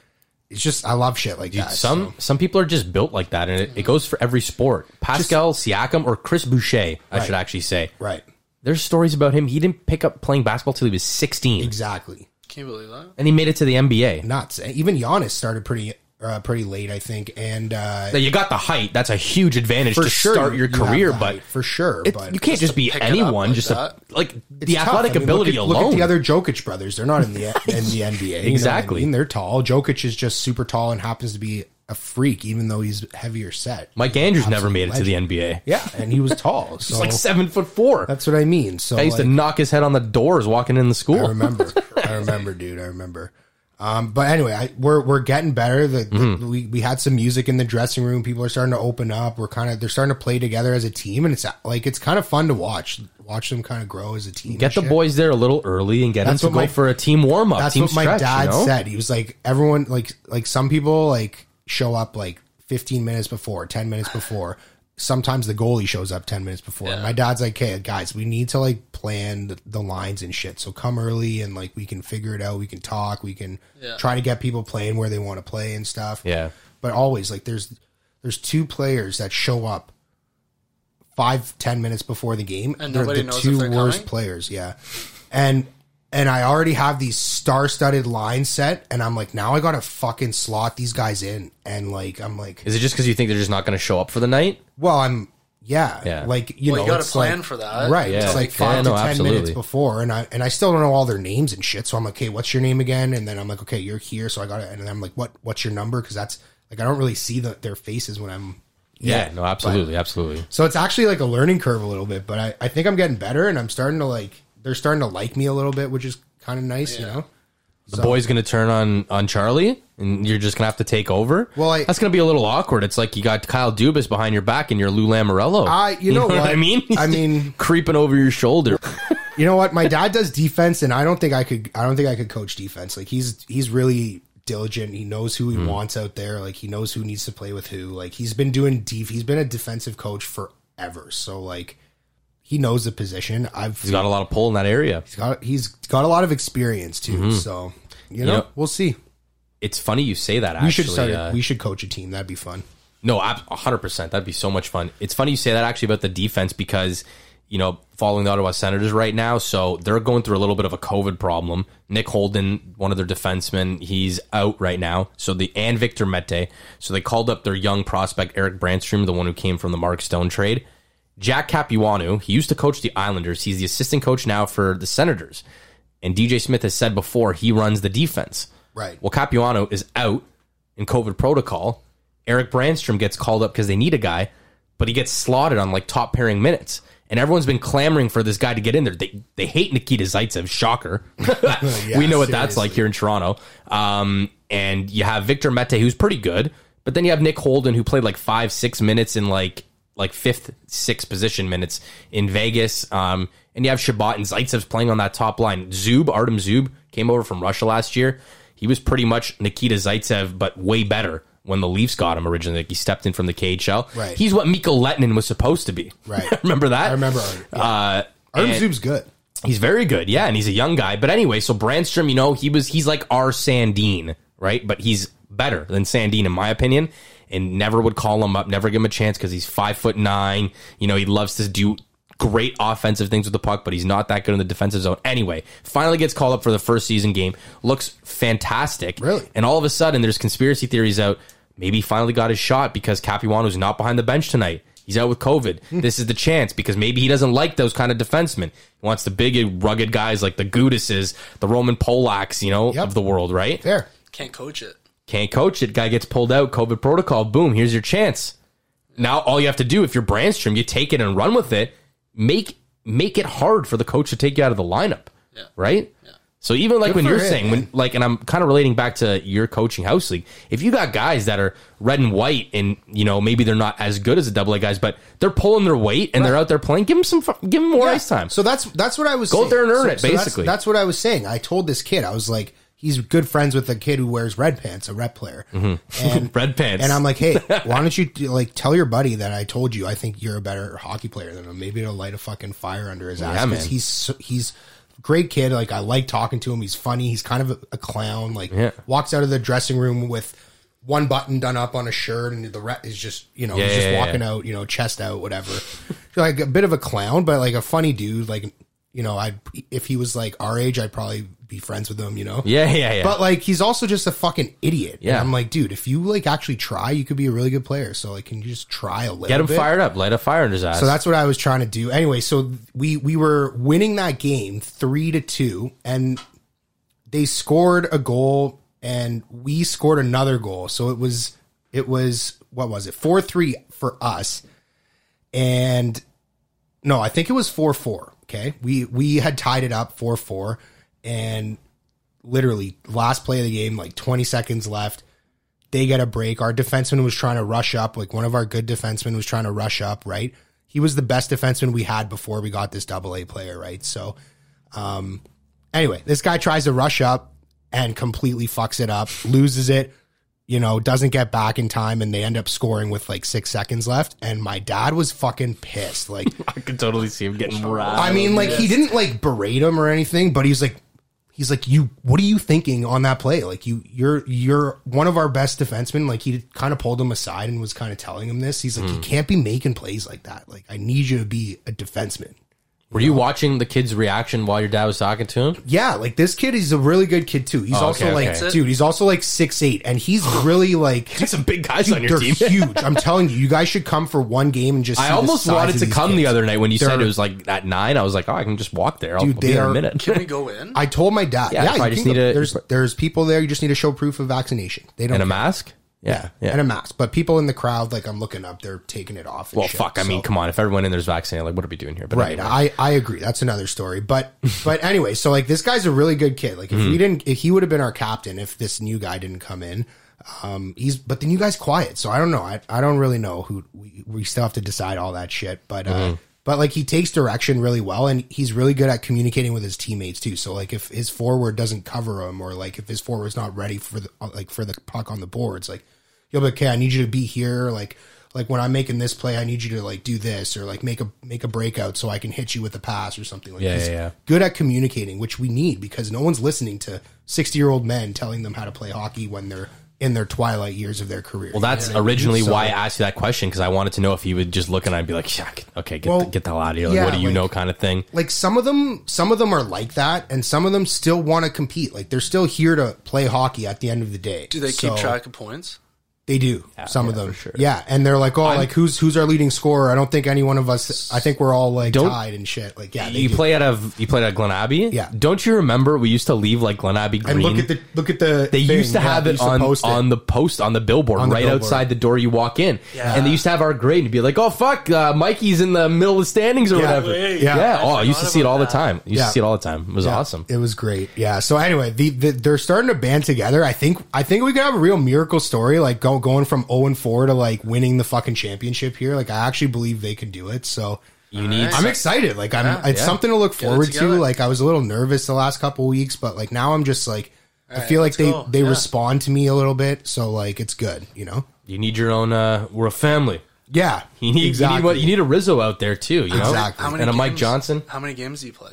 [SPEAKER 8] it's just I love shit like that.
[SPEAKER 7] some
[SPEAKER 8] so-
[SPEAKER 7] some people are just built like that, and it, it goes for every sport. Pascal Siakam or Chris Boucher, I should actually say.
[SPEAKER 8] right,
[SPEAKER 7] There's stories about him. He didn't pick up playing basketball till he was 16,
[SPEAKER 8] exactly.
[SPEAKER 6] Can you believe that?
[SPEAKER 7] and he made it to the NBA.
[SPEAKER 8] Nuts. Even Giannis started pretty uh, pretty late, I think, and uh,
[SPEAKER 7] Now, you got the height. That's a huge advantage
[SPEAKER 8] for
[SPEAKER 7] to
[SPEAKER 8] sure
[SPEAKER 7] start your
[SPEAKER 8] you have
[SPEAKER 7] career,
[SPEAKER 8] the
[SPEAKER 7] but
[SPEAKER 8] height, for sure,
[SPEAKER 7] it-
[SPEAKER 8] but
[SPEAKER 7] you can't just be
[SPEAKER 6] pick it up
[SPEAKER 7] anyone.
[SPEAKER 6] like
[SPEAKER 7] just a,
[SPEAKER 6] that.
[SPEAKER 7] like
[SPEAKER 8] it's
[SPEAKER 7] the
[SPEAKER 8] tough.
[SPEAKER 7] athletic
[SPEAKER 8] I mean,
[SPEAKER 7] ability
[SPEAKER 8] look at,
[SPEAKER 7] alone.
[SPEAKER 8] Look at the other Jokic brothers; they're not
[SPEAKER 7] [LAUGHS]
[SPEAKER 8] in the in the NBA. you know what I
[SPEAKER 7] Exactly.
[SPEAKER 8] mean? they're tall. Jokic is just super tall and happens to be a freak, even though he's heavier set.
[SPEAKER 7] Mike Andrews never
[SPEAKER 8] Absolute
[SPEAKER 7] made it to the
[SPEAKER 8] legend.
[SPEAKER 7] NBA.
[SPEAKER 8] Yeah, and he was tall.
[SPEAKER 7] [LAUGHS]
[SPEAKER 8] So
[SPEAKER 7] He's like seven foot four.
[SPEAKER 8] that's what I mean. So
[SPEAKER 7] I used
[SPEAKER 8] like-
[SPEAKER 7] to knock his head on the doors walking in the school.
[SPEAKER 8] I remember. I remember, dude. I remember. Um, but anyway, I, we're we're getting better. The, the-
[SPEAKER 7] Mm-hmm.
[SPEAKER 8] we we had some music in the dressing room. People are starting to open up. We're kind of they're starting to play together as a team, and it's uh, like it's kind of fun to watch watch them kind of grow as a team.
[SPEAKER 7] Get
[SPEAKER 8] and
[SPEAKER 7] the
[SPEAKER 8] shit.
[SPEAKER 7] boys there a little early and get
[SPEAKER 8] That's
[SPEAKER 7] them to
[SPEAKER 8] what
[SPEAKER 7] go
[SPEAKER 8] my-
[SPEAKER 7] for a team warm up.
[SPEAKER 8] That's
[SPEAKER 7] team
[SPEAKER 8] what my
[SPEAKER 7] stretch,
[SPEAKER 8] dad
[SPEAKER 7] you know?
[SPEAKER 8] said. He was like, everyone like like some people like show up like 15 minutes before, 10 minutes before. Sometimes the goalie shows up 10 minutes before. And my dad's like, "Hey guys, we need to like plan the, the lines and shit. So come early and like we can figure it out. We can talk. We can try to get people playing where they want to play and stuff."
[SPEAKER 7] Yeah.
[SPEAKER 8] But always like there's there's two players that show up five ten minutes before the game.
[SPEAKER 6] And
[SPEAKER 8] they're
[SPEAKER 6] nobody
[SPEAKER 8] the
[SPEAKER 6] knows if
[SPEAKER 8] two
[SPEAKER 6] they're
[SPEAKER 8] worst
[SPEAKER 6] coming?
[SPEAKER 8] players. Yeah, and and I already have these star-studded line set, and I'm like, now I gotta fucking slot these guys in, and like I'm like,
[SPEAKER 7] Is it just because you think they're just not going to show up for the night?
[SPEAKER 8] well, I'm yeah,
[SPEAKER 7] Yeah.
[SPEAKER 8] like you
[SPEAKER 6] Well,
[SPEAKER 8] know,
[SPEAKER 6] you gotta
[SPEAKER 8] it's
[SPEAKER 6] plan
[SPEAKER 8] like-
[SPEAKER 6] for that.
[SPEAKER 8] right?
[SPEAKER 7] Yeah.
[SPEAKER 8] It's like five
[SPEAKER 7] Yeah,
[SPEAKER 8] to
[SPEAKER 7] no,
[SPEAKER 8] ten minutes
[SPEAKER 7] absolutely.
[SPEAKER 8] before, and I and I still don't know all their names and shit. So I'm like, okay, what's your name again? And then I'm like, okay, you're here, so I gotta, and then I'm like, what what's your number? Because that's like I don't really see the, their faces when I'm
[SPEAKER 7] Yeah, no, absolutely, absolutely.
[SPEAKER 8] So it's actually like a learning curve a little bit, but I, I think I'm getting better and I'm starting to like, they're starting to like me a little bit, which is kind of nice, you know?
[SPEAKER 7] The boy's going to turn on on Charlie, and you're just going to have to take over.
[SPEAKER 8] Well, I-
[SPEAKER 7] that's going to be a little awkward. It's like you got Kyle Dubas behind your back, and you're Lou Lamorello.
[SPEAKER 8] I- you know what?
[SPEAKER 7] I mean?
[SPEAKER 8] I mean-
[SPEAKER 7] [LAUGHS] creeping over your
[SPEAKER 8] [LAUGHS]
[SPEAKER 7] shoulder.
[SPEAKER 8] You know what? My dad does defense and I don't think I could, I don't think I could coach defense. Like he's, he's really diligent. He knows who he
[SPEAKER 7] Hmm.
[SPEAKER 8] wants out there. Like he knows who needs to play with who. Like he's been doing deep, he's been a defensive coach forever. So like, he knows the position. I've
[SPEAKER 7] He's got a lot of pull in that area.
[SPEAKER 8] got, he's got a lot of experience too.
[SPEAKER 7] Mm-hmm.
[SPEAKER 8] So, you know,
[SPEAKER 7] know-
[SPEAKER 8] we'll see.
[SPEAKER 7] It's funny you say that. Actually,
[SPEAKER 8] We should start,
[SPEAKER 7] uh,
[SPEAKER 8] we should coach a team. That'd be fun.
[SPEAKER 7] No, ab- 100%. That'd be so much fun. It's funny you say that actually about the defense because, you know, following the Ottawa Senators right now, so they're going through a little bit of a COVID problem. Nick Holden, one of their defensemen, he's out right now. So the and Victor Mete. So they called up their young prospect Eric Brandstrom, the one who came from the Mark Stone trade. Jack Capuano, he used to coach the Islanders. He's the assistant coach now for the Senators. And DJ Smith has said before he runs the defense.
[SPEAKER 8] Right.
[SPEAKER 7] Well, Capuano is out in COVID protocol. Eric Brandstrom gets called up because they need a guy, but he gets slotted on like top pairing minutes. And everyone's been clamoring for this guy to get in there. They they hate Nikita Zaitsev.
[SPEAKER 8] [LAUGHS]
[SPEAKER 7] Shocker. [LAUGHS] we know what that's
[SPEAKER 8] seriously.
[SPEAKER 7] like here in Toronto. Um, and you have Victor Mete, who's pretty good, but then you have Nick Holden, who played like five, six minutes in like like fifth, sixth position minutes in Vegas. Um, and you have Shabbat and Zaitsev's playing on that top line. Zub, Artem Zub, came over from Russia last year. He was pretty much Nikita Zaitsev, but way better when the Leafs got him originally. Like he stepped in from the KHL.
[SPEAKER 8] Right.
[SPEAKER 7] He's what Miko Lettinen was supposed to be.
[SPEAKER 8] Right.
[SPEAKER 7] [LAUGHS] remember that?
[SPEAKER 8] I remember.
[SPEAKER 7] Uh,
[SPEAKER 8] Artem
[SPEAKER 7] and-
[SPEAKER 8] Zoob's good.
[SPEAKER 7] He's very good, yeah, and he's a young guy. But anyway, so Brandstrom, you know, he was he's like our Sandine, right? But he's better than Sandine in my opinion. And never would call him up, never give him a chance because he's five foot nine. You know, he loves to do great offensive things with the puck, but he's not that good in the defensive zone. Anyway, finally gets called up for the first season game. Looks fantastic.
[SPEAKER 8] Really?
[SPEAKER 7] And all of a sudden there's conspiracy theories out. Maybe he finally got his shot because Capuano's not behind the bench tonight. He's out with COVID. This is the chance because maybe he doesn't like those kind of defensemen. He wants the big, rugged guys like the Gudises, the Roman Polacks, you know,
[SPEAKER 8] Yep.
[SPEAKER 7] of the world, right?
[SPEAKER 8] Fair.
[SPEAKER 6] Can't coach it.
[SPEAKER 7] Can't coach it. Guy gets pulled out. COVID protocol. Boom. Here's your chance. Now all you have to do, if you're Brandstrom, you take it and run with it. Make make it hard for the coach to take you out of the lineup.
[SPEAKER 6] Yeah.
[SPEAKER 7] Right. So even like
[SPEAKER 8] Good
[SPEAKER 7] when
[SPEAKER 8] for
[SPEAKER 7] you're
[SPEAKER 8] him,
[SPEAKER 7] saying when like, and I'm kind of relating back to your coaching house league. If you got guys that are red and white, and you know maybe they're not as good as the double A guys, but they're pulling their weight and they're out there playing, give them some, fu- give them more
[SPEAKER 8] Yeah.
[SPEAKER 7] ice time.
[SPEAKER 8] So that's that's what I was
[SPEAKER 7] Go
[SPEAKER 8] saying.
[SPEAKER 7] out there and earn
[SPEAKER 8] So-
[SPEAKER 7] it,
[SPEAKER 8] so that's-
[SPEAKER 7] basically.
[SPEAKER 8] that's, what I was saying. I told this kid, I was like, he's good friends with a kid who wears red pants, a red player, and
[SPEAKER 7] Mm-hmm. [LAUGHS] Red pants.
[SPEAKER 8] And I'm like,
[SPEAKER 7] [LAUGHS]
[SPEAKER 8] hey, why don't you do- like tell your buddy that I told you I think you're a better hockey player than him? Maybe it'll light a fucking fire under his ass
[SPEAKER 7] Yeah,
[SPEAKER 8] because
[SPEAKER 7] man.
[SPEAKER 8] he's so, he's a great kid. Like I like talking to him. He's funny. He's kind of a, a clown. Like
[SPEAKER 7] Yeah.
[SPEAKER 8] walks out of the dressing room with. One button done up on a shirt, and the rest is just you know
[SPEAKER 7] Yeah,
[SPEAKER 8] he's just
[SPEAKER 7] yeah, yeah.
[SPEAKER 8] walking out, you know, chest out, whatever. [LAUGHS] like a bit of a clown, but like a funny dude. Like you know, I if he was like our age, I'd probably be friends with him. You know,
[SPEAKER 7] yeah, yeah, yeah.
[SPEAKER 8] but like he's also just a fucking idiot. And
[SPEAKER 7] Yeah.
[SPEAKER 8] I'm like, dude, if you like actually try, you could be a really good player. So like, can you just try a little?
[SPEAKER 7] Get him
[SPEAKER 8] bit?
[SPEAKER 7] fired up. Light a fire in his ass.
[SPEAKER 8] So that's what I was trying to do. Anyway, so we we were winning that game three to two, and they scored a goal, and we scored another goal. So it was it was what was it four three for us, and no, I think it was four four. Okay, we we had tied it up four four, and literally last play of the game, like twenty seconds left they get a break. Our defenseman was trying to rush up. Like one of our good defensemen was trying to rush up, right? He was the best defenseman we had before we got this double A player, right? So, um, anyway, this guy tries to rush up and completely fucks it up, loses it, you know, doesn't get back in time, and they end up scoring with like six seconds left. And my dad was fucking pissed. Like,
[SPEAKER 7] I can totally see him getting riled.
[SPEAKER 8] I mean, like he didn't like berate him or anything, but he's like, he's like, you, what are you thinking on that play? Like you, you're, you're one of our best defensemen. Like he kind of pulled him aside and was kind of telling him this. He's like,
[SPEAKER 7] Hmm.
[SPEAKER 8] you can't be making plays like that. Like I need you to be a defenseman.
[SPEAKER 7] Were you watching the kid's reaction while your dad was talking to [LAUGHS] him?
[SPEAKER 8] Yeah, like this kid is a really good kid too. He's
[SPEAKER 7] Oh,
[SPEAKER 8] also
[SPEAKER 7] okay,
[SPEAKER 8] like,
[SPEAKER 7] okay.
[SPEAKER 8] dude, he's also like six eight,
[SPEAKER 7] [GASPS]
[SPEAKER 8] and he's really like.
[SPEAKER 7] some big guys
[SPEAKER 8] Dude, they're
[SPEAKER 7] [LAUGHS]
[SPEAKER 8] huge. I'm telling you, you guys should come for one game and just. see
[SPEAKER 7] I
[SPEAKER 8] the
[SPEAKER 7] almost
[SPEAKER 8] size
[SPEAKER 7] wanted
[SPEAKER 8] of
[SPEAKER 7] to
[SPEAKER 8] these
[SPEAKER 7] come the
[SPEAKER 8] kids.
[SPEAKER 7] other night when you said
[SPEAKER 8] They're-
[SPEAKER 7] it was like at nine. I was like, oh, I can just walk there. I'll
[SPEAKER 8] Dude,
[SPEAKER 7] be
[SPEAKER 8] they
[SPEAKER 7] there in a
[SPEAKER 8] are-
[SPEAKER 7] minute.
[SPEAKER 6] Can we go in?
[SPEAKER 8] I told my dad,
[SPEAKER 7] Yeah,
[SPEAKER 8] yeah,
[SPEAKER 7] you probably
[SPEAKER 8] you
[SPEAKER 7] just
[SPEAKER 8] can
[SPEAKER 7] need
[SPEAKER 8] go-
[SPEAKER 7] a-
[SPEAKER 8] there's there's people there. You just need to show proof of vaccination. They don't
[SPEAKER 7] [LAUGHS] And a
[SPEAKER 8] care.
[SPEAKER 7] mask? Yeah, yeah.
[SPEAKER 8] and a mask. But people in the crowd, like I'm looking up, they're taking it off. and
[SPEAKER 7] well,
[SPEAKER 8] shit,
[SPEAKER 7] fuck. I
[SPEAKER 8] so-
[SPEAKER 7] mean, come on. If everyone in there's vaccinated, like, what are we doing here? But
[SPEAKER 8] right.
[SPEAKER 7] anyway.
[SPEAKER 8] I I agree. That's another story.
[SPEAKER 7] [LAUGHS]
[SPEAKER 8] But but anyway, so like this guy's a really good kid. Like if
[SPEAKER 7] Mm-hmm.
[SPEAKER 8] he didn't, if he would have been our captain, if this new guy didn't come in. Um, he's but the new guy's quiet, so I don't know. I, I don't really know who we, we still have to decide all that shit. But uh,
[SPEAKER 7] Mm-hmm.
[SPEAKER 8] but like he takes direction really well, and he's really good at communicating with his teammates too. So like if his forward doesn't cover him, or like if his forward's not ready for the like for the puck on the boards, like yo, but okay, I need you to be here. Like, like when I'm making this play, I need you to like do this or like make a make a breakout so I can hit you with a pass or something. Like,
[SPEAKER 7] Yeah,
[SPEAKER 8] he's
[SPEAKER 7] yeah, yeah.
[SPEAKER 8] good at communicating, which we need because no one's listening to 60 year old men telling them how to play hockey when they're in their twilight years of their career.
[SPEAKER 7] well, that's originally why I asked you that question because I wanted to know if you would just look and I'd be like, Shuck, okay, get,
[SPEAKER 8] Well,
[SPEAKER 7] the, get the hell out of here. Like,
[SPEAKER 8] yeah,
[SPEAKER 7] what do you
[SPEAKER 8] like-
[SPEAKER 7] know kind of thing.
[SPEAKER 8] like some of them some of them are like that and some of them still want to compete like they're still here to play hockey at the end of the day
[SPEAKER 6] Do they
[SPEAKER 8] So-
[SPEAKER 6] keep track of points?
[SPEAKER 8] They do. some of
[SPEAKER 7] yeah, for
[SPEAKER 8] them.
[SPEAKER 7] sure.
[SPEAKER 8] Yeah, and they're like, "Oh, like who's who's our leading scorer?" I don't think any one of us. I think we're all like
[SPEAKER 7] Don't-
[SPEAKER 8] tied and shit. Like, yeah, they
[SPEAKER 7] You
[SPEAKER 8] do.
[SPEAKER 7] play out of you played out of Glen Abbey?
[SPEAKER 8] Yeah.
[SPEAKER 7] Don't you remember we used to leave like Glen Abbey Green?
[SPEAKER 8] and look at the look at the.
[SPEAKER 7] They
[SPEAKER 8] thing.
[SPEAKER 7] used to
[SPEAKER 8] Yeah,
[SPEAKER 7] have
[SPEAKER 8] they
[SPEAKER 7] it
[SPEAKER 8] used to
[SPEAKER 7] on
[SPEAKER 8] post it.
[SPEAKER 7] on the post on the billboard
[SPEAKER 8] On the
[SPEAKER 7] right
[SPEAKER 8] billboard.
[SPEAKER 7] outside the door you walk in, and they used to have our grade and be like, "Oh fuck, uh, Mikey's in the middle of the standings or
[SPEAKER 8] Yeah.
[SPEAKER 7] whatever."
[SPEAKER 8] Wait.
[SPEAKER 7] yeah.
[SPEAKER 8] Yeah.
[SPEAKER 7] Oh, I used to see it all the time. I used
[SPEAKER 8] Yeah.
[SPEAKER 7] to see it all the time. It was
[SPEAKER 8] Yeah,
[SPEAKER 7] awesome.
[SPEAKER 8] It was great. Yeah. So anyway, the, the they're starting to band together. I think I think we could have a real miracle story, like go, going from zero and four to like winning the fucking championship here. Like, I actually believe they can do it. So
[SPEAKER 7] You need.
[SPEAKER 8] I'm excited. Like I'm, it's
[SPEAKER 7] yeah.
[SPEAKER 8] something to look
[SPEAKER 6] it
[SPEAKER 8] forward to.
[SPEAKER 6] together.
[SPEAKER 8] Like I was a little nervous the last couple weeks, but like now I'm just like I feel like
[SPEAKER 6] let's
[SPEAKER 8] they
[SPEAKER 6] go.
[SPEAKER 8] they
[SPEAKER 6] Yeah.
[SPEAKER 8] respond to me a little bit, so like it's good, you know.
[SPEAKER 7] You need your own. Uh, we're a family.
[SPEAKER 8] Yeah,
[SPEAKER 7] You need, you need what you need a Rizzo out there too. You know,
[SPEAKER 8] Exactly.
[SPEAKER 7] and a Mike
[SPEAKER 6] games-
[SPEAKER 7] Johnson.
[SPEAKER 6] How many games do you play?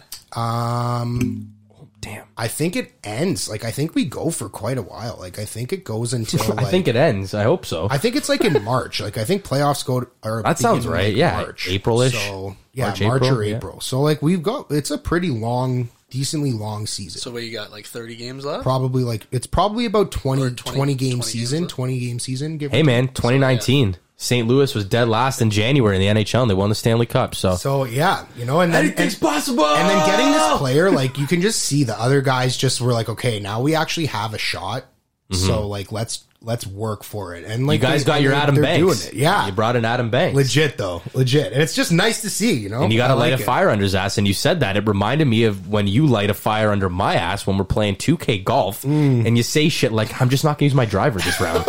[SPEAKER 8] Um, damn. I think it ends. Like I think we go for quite a while. Like I think
[SPEAKER 7] [LAUGHS]
[SPEAKER 8] it goes until. Like,
[SPEAKER 7] I think it ends. Oh I hope so.
[SPEAKER 8] I think it's like in March. Like I think playoffs go. to- Are
[SPEAKER 7] That sounds
[SPEAKER 8] begin,
[SPEAKER 7] right, yeah, April-ish.
[SPEAKER 8] So yeah, March,
[SPEAKER 7] March,
[SPEAKER 8] or
[SPEAKER 7] April, yeah.
[SPEAKER 8] April. So like we've got. It's a pretty long, decently long season.
[SPEAKER 6] So what you got? Like thirty games left?
[SPEAKER 8] probably like it's probably about 20,
[SPEAKER 6] 20
[SPEAKER 8] 20 game
[SPEAKER 6] 20 games
[SPEAKER 8] season.
[SPEAKER 6] left.
[SPEAKER 8] Twenty game season. Give
[SPEAKER 7] hey
[SPEAKER 8] or
[SPEAKER 7] man, 2019. St. Louis was dead last in January in the NHL, and they won the Stanley Cup. So,
[SPEAKER 8] take. So yeah, you know, and then and-
[SPEAKER 7] possible.
[SPEAKER 8] And then getting this player, like you can just see the other guys just were like, okay, now we actually have a shot. So like let's let's work for it. And like
[SPEAKER 7] Mm-hmm. you guys
[SPEAKER 8] they-
[SPEAKER 7] got your
[SPEAKER 8] they're-
[SPEAKER 7] Adam
[SPEAKER 8] they're
[SPEAKER 7] Banks.
[SPEAKER 8] doing it. Yeah.
[SPEAKER 7] you brought in Adam Banks.
[SPEAKER 8] legit though. Legit. And it's just nice to see, you know.
[SPEAKER 7] And you got
[SPEAKER 8] I
[SPEAKER 7] to light
[SPEAKER 8] like
[SPEAKER 7] a
[SPEAKER 8] it.
[SPEAKER 7] fire under his ass. And you said that. It reminded me of when you light a fire under my ass when we're playing 2K golf
[SPEAKER 8] Mm.
[SPEAKER 7] and you say shit like, I'm just not going to use my driver this
[SPEAKER 8] [LAUGHS]
[SPEAKER 7] round.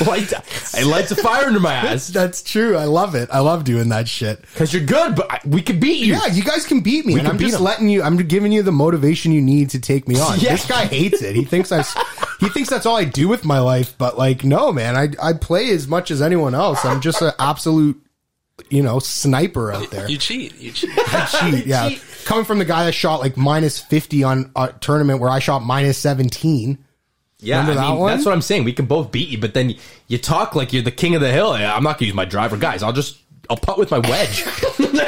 [SPEAKER 7] [LAUGHS] light, it lights a fire under my ass
[SPEAKER 8] That's true. I love it. I love doing that shit.
[SPEAKER 7] because you're good, but I, we could beat you.
[SPEAKER 8] Yeah, you guys can beat me. and
[SPEAKER 7] can
[SPEAKER 8] I'm
[SPEAKER 7] beat
[SPEAKER 8] just
[SPEAKER 7] 'em.
[SPEAKER 8] letting you I'm giving you the motivation you need to take me
[SPEAKER 7] [LAUGHS]
[SPEAKER 8] on.
[SPEAKER 7] Yeah.
[SPEAKER 8] This guy hates it. He thinks I s- he thinks that's all I do with my life, but like no, man. I I play as much as anyone else. I'm just an absolute you know, sniper out there.
[SPEAKER 6] You cheat. You cheat.
[SPEAKER 8] cheat. Yeah, coming from the guy that shot like minus fifty on a tournament where I shot minus seventeen.
[SPEAKER 7] Yeah,
[SPEAKER 8] Remember
[SPEAKER 7] I
[SPEAKER 8] that
[SPEAKER 7] mean,
[SPEAKER 8] one?
[SPEAKER 7] that's what I'm saying. We can both beat you, but then you talk like you're the king of the hill. Yeah, I'm not gonna use my driver, guys. I'll just I'll putt with my
[SPEAKER 8] [LAUGHS]
[SPEAKER 7] wedge.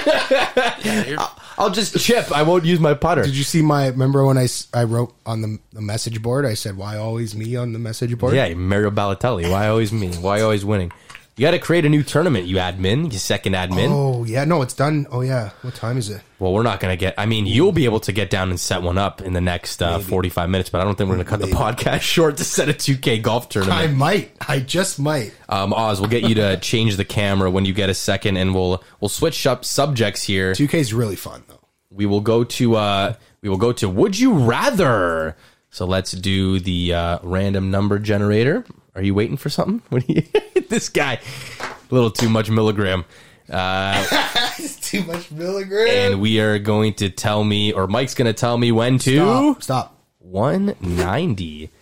[SPEAKER 7] I'll- [LAUGHS] I'll just chip. I won't use my putter.
[SPEAKER 8] Did you see my? Remember when I, s- I wrote on the, the message board? I said, "Why always me?" on the message board.
[SPEAKER 7] yeah, Mario Balotelli. Why always me? Why always winning? You got to create a new tournament, you admin, you second admin.
[SPEAKER 8] Oh yeah, no, it's done. Oh yeah, what time is it?
[SPEAKER 7] Well, we're not going to get. I mean, you'll be able to get down and set one up in the next uh, 45 minutes, but I don't think we're going to cut the podcast [LAUGHS] short to set a 2K golf tournament.
[SPEAKER 8] I might. I just might.
[SPEAKER 7] Um, Oz, we'll get you to [LAUGHS] change the camera when you get a second, and we'll we'll switch up subjects here.
[SPEAKER 8] Two K is really fun though.
[SPEAKER 7] We will go to uh, we will go to Would you rather? So let's do the uh, random number generator. Are you waiting for something? [LAUGHS] What do you, this guy, a little too much milligram,
[SPEAKER 8] It's too much milligram.
[SPEAKER 7] and we are going to tell me, or Mike's going to tell me when to
[SPEAKER 8] Stop. Stop.
[SPEAKER 7] 190. [LAUGHS]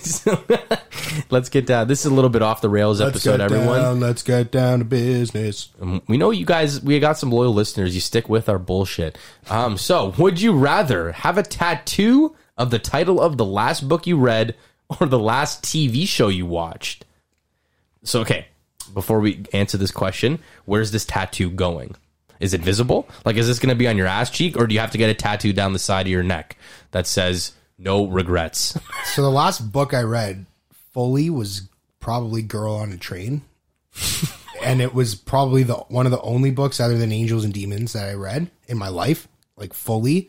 [SPEAKER 7] So, [LAUGHS] let's get down. This is a little bit off the rails episode, everyone.
[SPEAKER 8] down. Let's get down to business.
[SPEAKER 7] We know you guys, we got some loyal listeners. You stick with our bullshit. Um, so, would you rather have a tattoo of the title of the last book you read or the last TV show you watched? So, okay, before we answer this question, where's this tattoo going? Is it visible? Like, is this going to be on your ass cheek or do you have to get a tattoo down the side of your neck that says, no regrets?
[SPEAKER 8] So the last book I read fully was probably Girl on a [LAUGHS] Train. and it was probably the one of the only books other than Angels and Demons that I read in my life, like fully.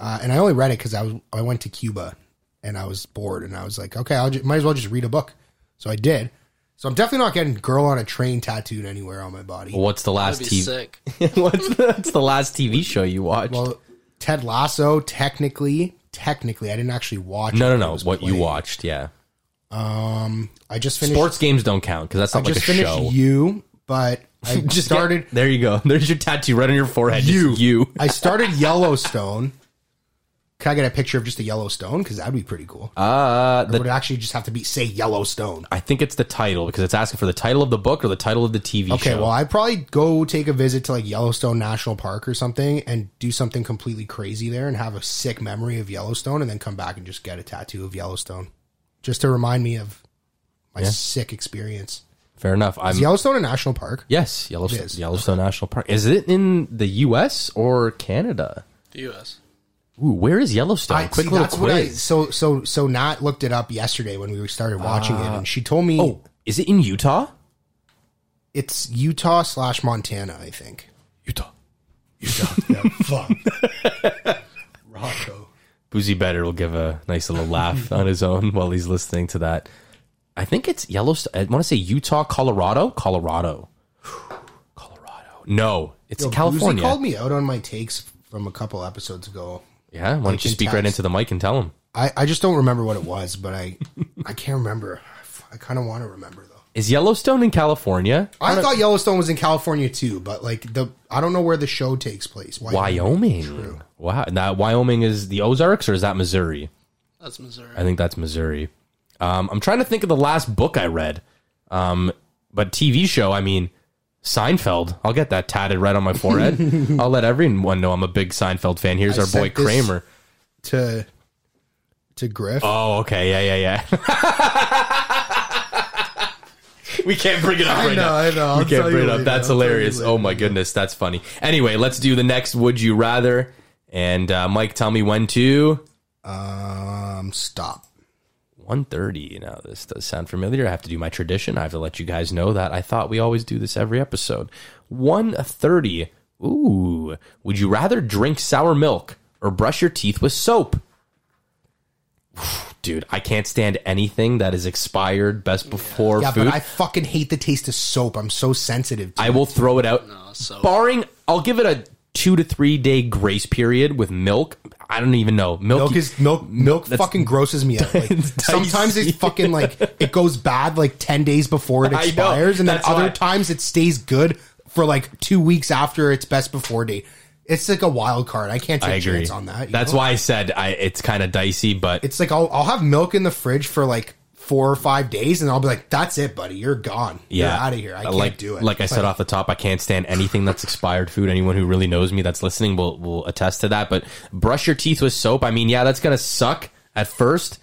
[SPEAKER 8] Uh, and I only read it because I was I went to Cuba and I was bored and I was like, okay, I might as well just read a book. So I did. So I'm definitely not getting "Girl on a Train" tattooed anywhere on my body.
[SPEAKER 7] What's the last
[SPEAKER 6] That'd be
[SPEAKER 7] TV?
[SPEAKER 6] sick.
[SPEAKER 7] [LAUGHS] what's, the, what's the last TV show you watched?
[SPEAKER 8] Well, Ted Lasso, technically, technically, I didn't actually watch. it
[SPEAKER 7] no, no,
[SPEAKER 8] when it
[SPEAKER 7] no.
[SPEAKER 8] was
[SPEAKER 7] What you
[SPEAKER 8] playing.
[SPEAKER 7] watched? Yeah.
[SPEAKER 8] I just finished.
[SPEAKER 7] Sports games don't count because that's
[SPEAKER 8] I
[SPEAKER 7] not like a
[SPEAKER 8] just finished
[SPEAKER 7] show. [LAUGHS]
[SPEAKER 8] you, but I
[SPEAKER 7] Just get-
[SPEAKER 8] started.
[SPEAKER 7] there you go. [LAUGHS] There's your tattoo right on your forehead. You.
[SPEAKER 8] you.
[SPEAKER 7] Just you.
[SPEAKER 8] [LAUGHS] I started Yellowstone. Can I get a picture of just a Yellowstone? Because that'd be pretty cool. Uh, would it actually just have to be say Yellowstone?
[SPEAKER 7] I think it's the title because it's asking for the title of the book or the title of the TV
[SPEAKER 8] Okay,
[SPEAKER 7] show.
[SPEAKER 8] well, I'd probably go take a visit to like Yellowstone National Park or something and do something completely crazy there and have a sick memory of Yellowstone and then come back and just get a tattoo of Yellowstone just to remind me of my sick experience.
[SPEAKER 7] Fair enough. I'm.
[SPEAKER 8] Is Yellowstone a national park?
[SPEAKER 7] yes, Yellowstone,
[SPEAKER 8] is.
[SPEAKER 7] Yellowstone National Park. Is it in the U.S. or Canada?
[SPEAKER 6] The U.S.
[SPEAKER 7] Ooh, where is Yellowstone?
[SPEAKER 8] I-
[SPEAKER 7] Quick
[SPEAKER 8] see,
[SPEAKER 7] little
[SPEAKER 8] that's what I,
[SPEAKER 7] quiz.
[SPEAKER 8] so so so Nat looked it up yesterday when we started watching it, and she told me
[SPEAKER 7] oh, is it in Utah?
[SPEAKER 8] it's Utah slash Montana, I think.
[SPEAKER 7] Utah.
[SPEAKER 8] Utah, fuck. Rocco.
[SPEAKER 7] Boozy Better will give a nice little
[SPEAKER 8] [LAUGHS]
[SPEAKER 7] laugh on his own while he's listening to that. I think it's Yellowstone. I want to say Utah, Colorado, Colorado, Colorado. No, it's California.
[SPEAKER 8] called me out on my takes from a couple episodes ago.
[SPEAKER 7] Yeah, why don't you
[SPEAKER 8] in
[SPEAKER 7] speak right
[SPEAKER 8] text.
[SPEAKER 7] into the mic and tell him?
[SPEAKER 8] I, I just don't remember what it was, but I I can't remember. I kind of want to remember though.
[SPEAKER 7] Is Yellowstone in California?
[SPEAKER 8] I thought Yellowstone was in California too, but like the I don't know where the show takes place. Why?
[SPEAKER 7] Wyoming. Wow. Now Wyoming is the Ozarks or is that Missouri?
[SPEAKER 6] That's Missouri.
[SPEAKER 7] I think that's Missouri. Um, I'm trying to think of the last book I read. Um, but TV show, I mean, Seinfeld. I'll get that tatted right on my forehead.
[SPEAKER 8] [LAUGHS]
[SPEAKER 7] I'll let everyone know I'm a big Seinfeld fan. Here's
[SPEAKER 8] I
[SPEAKER 7] our boy
[SPEAKER 8] sent this-
[SPEAKER 7] Kramer.
[SPEAKER 8] to to Griff.
[SPEAKER 7] Oh, okay. Yeah, yeah, yeah. [LAUGHS] we can't bring it up
[SPEAKER 8] I
[SPEAKER 7] right
[SPEAKER 8] know,
[SPEAKER 7] now.
[SPEAKER 8] I know. I'll
[SPEAKER 7] we can't
[SPEAKER 8] tell
[SPEAKER 7] bring
[SPEAKER 8] you
[SPEAKER 7] it up.
[SPEAKER 8] later.
[SPEAKER 7] That's
[SPEAKER 8] I'll tell you
[SPEAKER 7] hilarious.
[SPEAKER 8] later.
[SPEAKER 7] Oh my goodness, that's funny. Anyway, let's do the next would you rather. And uh, Mike, tell me when to
[SPEAKER 8] Um, stop.
[SPEAKER 7] 1.30 now this does sound familiar i have to do my tradition i have to let you guys know that i thought we always do this every episode 1.30 ooh would you rather drink sour milk or brush your teeth with soap [SIGHS] dude i can't stand anything that is expired best before
[SPEAKER 8] Yeah,
[SPEAKER 7] food
[SPEAKER 8] but I fucking hate the taste of soap. I'm so sensitive. to
[SPEAKER 7] I will throw it out.
[SPEAKER 6] so-
[SPEAKER 7] Barring, I'll give it a two to three day grace period with milk. I don't even know. Milk,
[SPEAKER 8] Milk is milk. Milk
[SPEAKER 7] That's-
[SPEAKER 8] fucking grosses me out. Like,
[SPEAKER 7] That's [LAUGHS]
[SPEAKER 8] sometimes
[SPEAKER 7] dicey.
[SPEAKER 8] it fucking like it goes bad like ten days before
[SPEAKER 7] [LAUGHS]
[SPEAKER 8] it
[SPEAKER 7] I know.
[SPEAKER 8] expires, and then
[SPEAKER 7] That's
[SPEAKER 8] other
[SPEAKER 7] why.
[SPEAKER 8] times it stays good for like two weeks after its best before date. It's like a wild card. I can't take
[SPEAKER 7] I
[SPEAKER 8] a
[SPEAKER 7] agree
[SPEAKER 8] chance on that. you
[SPEAKER 7] That's
[SPEAKER 8] know?
[SPEAKER 7] why I said I, it's kind of dicey, but
[SPEAKER 8] it's like I'll I'll have milk in the fridge for like four or five days, and I'll be like, "That's it, buddy. You're gone.
[SPEAKER 7] yeah,
[SPEAKER 8] You're out of here. I can't
[SPEAKER 7] like,
[SPEAKER 8] do it."
[SPEAKER 7] Like I said off the top, I can't stand anything that's expired food. Anyone who really knows me that's listening will will attest to that. But brush your teeth with soap. I mean, yeah, that's gonna suck at first,